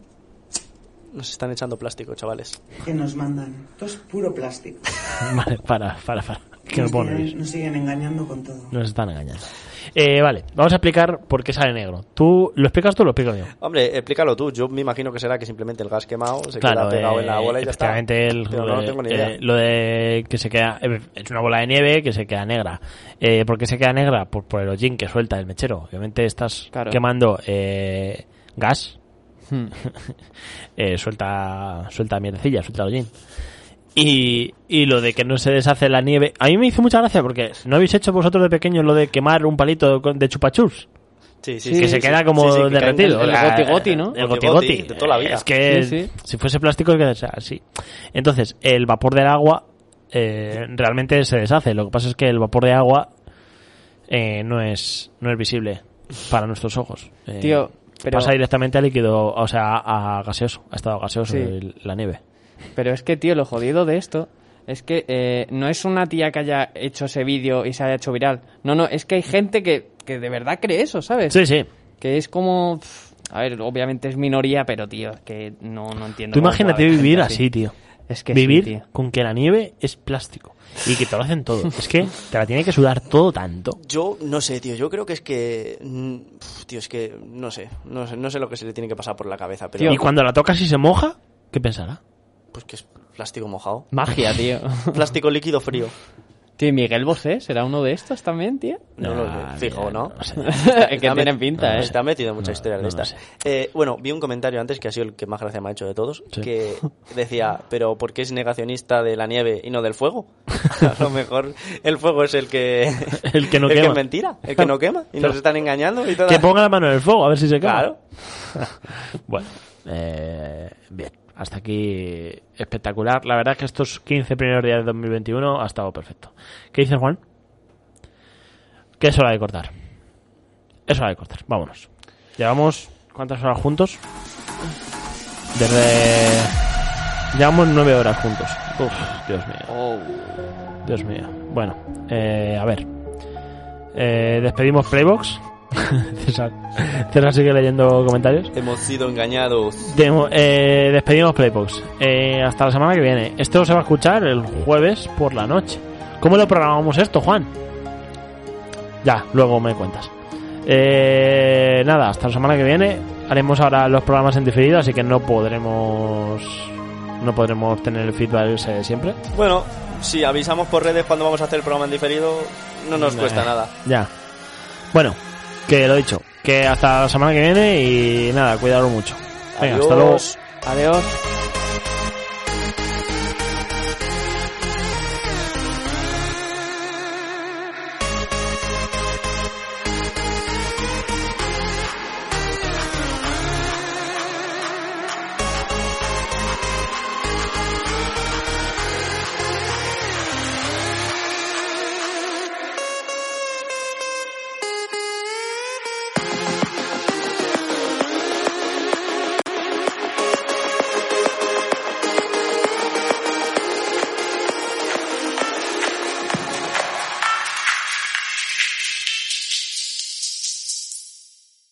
Nos están echando plástico, chavales. que nos mandan. Esto es puro plástico. Vale, para, para, para. Que no nos, puedo tienen- reír. nos siguen engañando con todo. Nos están engañando. Eh, vale, vamos a explicar por qué sale negro. ¿Tú lo explicas tú o lo explico yo? Hombre, explícalo tú. Yo me imagino que será que simplemente el gas quemado se claro, queda pegado eh, en la bola y ya está. efectivamente, el- Pero no, eh, tengo ni eh, idea. lo de que se queda eh, es una bola de nieve que se queda negra. Eh, ¿Por qué se queda negra? Por, por el hollín que suelta el mechero. Obviamente estás Claro. quemando eh, gas, Hmm. eh, suelta suelta mierdecilla, suelta hollín. Y, y lo de que no se deshace la nieve. A mí me hizo mucha gracia porque no habéis hecho vosotros de pequeños lo de quemar un palito con- de chupachups. Sí, sí, Sí, que sí, se sí. queda como Sí, sí, que derretido. caen- el- el Ah, goti-goti, ¿no? El Goti-goti, goti-goti. de toda la vida. Es que Sí, sí. si fuese plástico, que sea así. Entonces, el vapor del agua eh, realmente se deshace. Lo que pasa es que el vapor de agua eh, no, es, no es visible para nuestros ojos. Eh, Tío, pero- Pasa directamente a líquido, o sea, a gaseoso, a estado gaseoso Sí. el- la nieve. Pero es que, tío, lo jodido de esto es que eh, no es una tía que haya hecho ese vídeo y se haya hecho viral. No, no, es que hay gente que, que de verdad cree eso, ¿sabes? Sí, sí. Que es como... pff, A ver, obviamente es minoría, pero, tío, es que no, no entiendo. Tú cómo imagínate puede haber vivir gente así, tío. Es que sí, vivir tío. con que la nieve es plástico y que te lo hacen todo. es que te la tiene que sudar todo tanto. Yo no sé, tío. Yo creo que es que. mm, pf, Tío, es que no sé, no sé. No sé lo que se le tiene que pasar por la cabeza. Pero Y cuando la tocas y se moja, ¿qué pensará? pues que es plástico mojado. Magia, tío. Plástico líquido frío. tío, ¿y Miguel Bosé será uno de estos también, tío. No, lo sé. fijo, Ah, ¿no? sé. que Está tienen met- pinta, ¿eh? Está metido en muchas No, historias no de lo estas. Eh, bueno, vi un comentario antes que ha sido el que más gracia me ha hecho de todos, Sí. que decía, pero ¿por qué es negacionista de la nieve y no del fuego? A lo mejor el fuego es el que... El que no El que quema. es mentira, el que no quema. Y nos están engañando y todo. Que ponga la mano en el fuego, a ver si se cae. Claro. bueno, eh, bien. Hasta aquí espectacular. La verdad es que estos 15 primeros días de 2021 ha estado perfecto. ¿Qué dices, Juan? Que es hora de cortar. Es hora de cortar. Vámonos. Llevamos... ¿Cuántas horas juntos? Desde... Llevamos nueve horas juntos. Uf, Dios mío. Oh, Dios mío. Bueno, eh, a ver. Eh, despedimos Playbox. César, César sigue leyendo comentarios. Hemos sido engañados. Demo- eh, despedimos Playbox. Eh, hasta la semana que viene. Esto se va a escuchar el jueves por la noche. ¿Cómo lo programamos esto, Juan? Ya, luego me cuentas. Eh, nada, hasta la semana que viene haremos ahora los programas en diferido, así que no podremos no podremos tener el feedback ese de siempre. Bueno, si avisamos por redes cuando vamos a hacer el programa en diferido, no nos cuesta Eh, nada. Ya. Bueno, que lo dicho, que hasta la semana que viene y nada, cuidarlo mucho. Venga, hasta luego. Adiós. Adiós.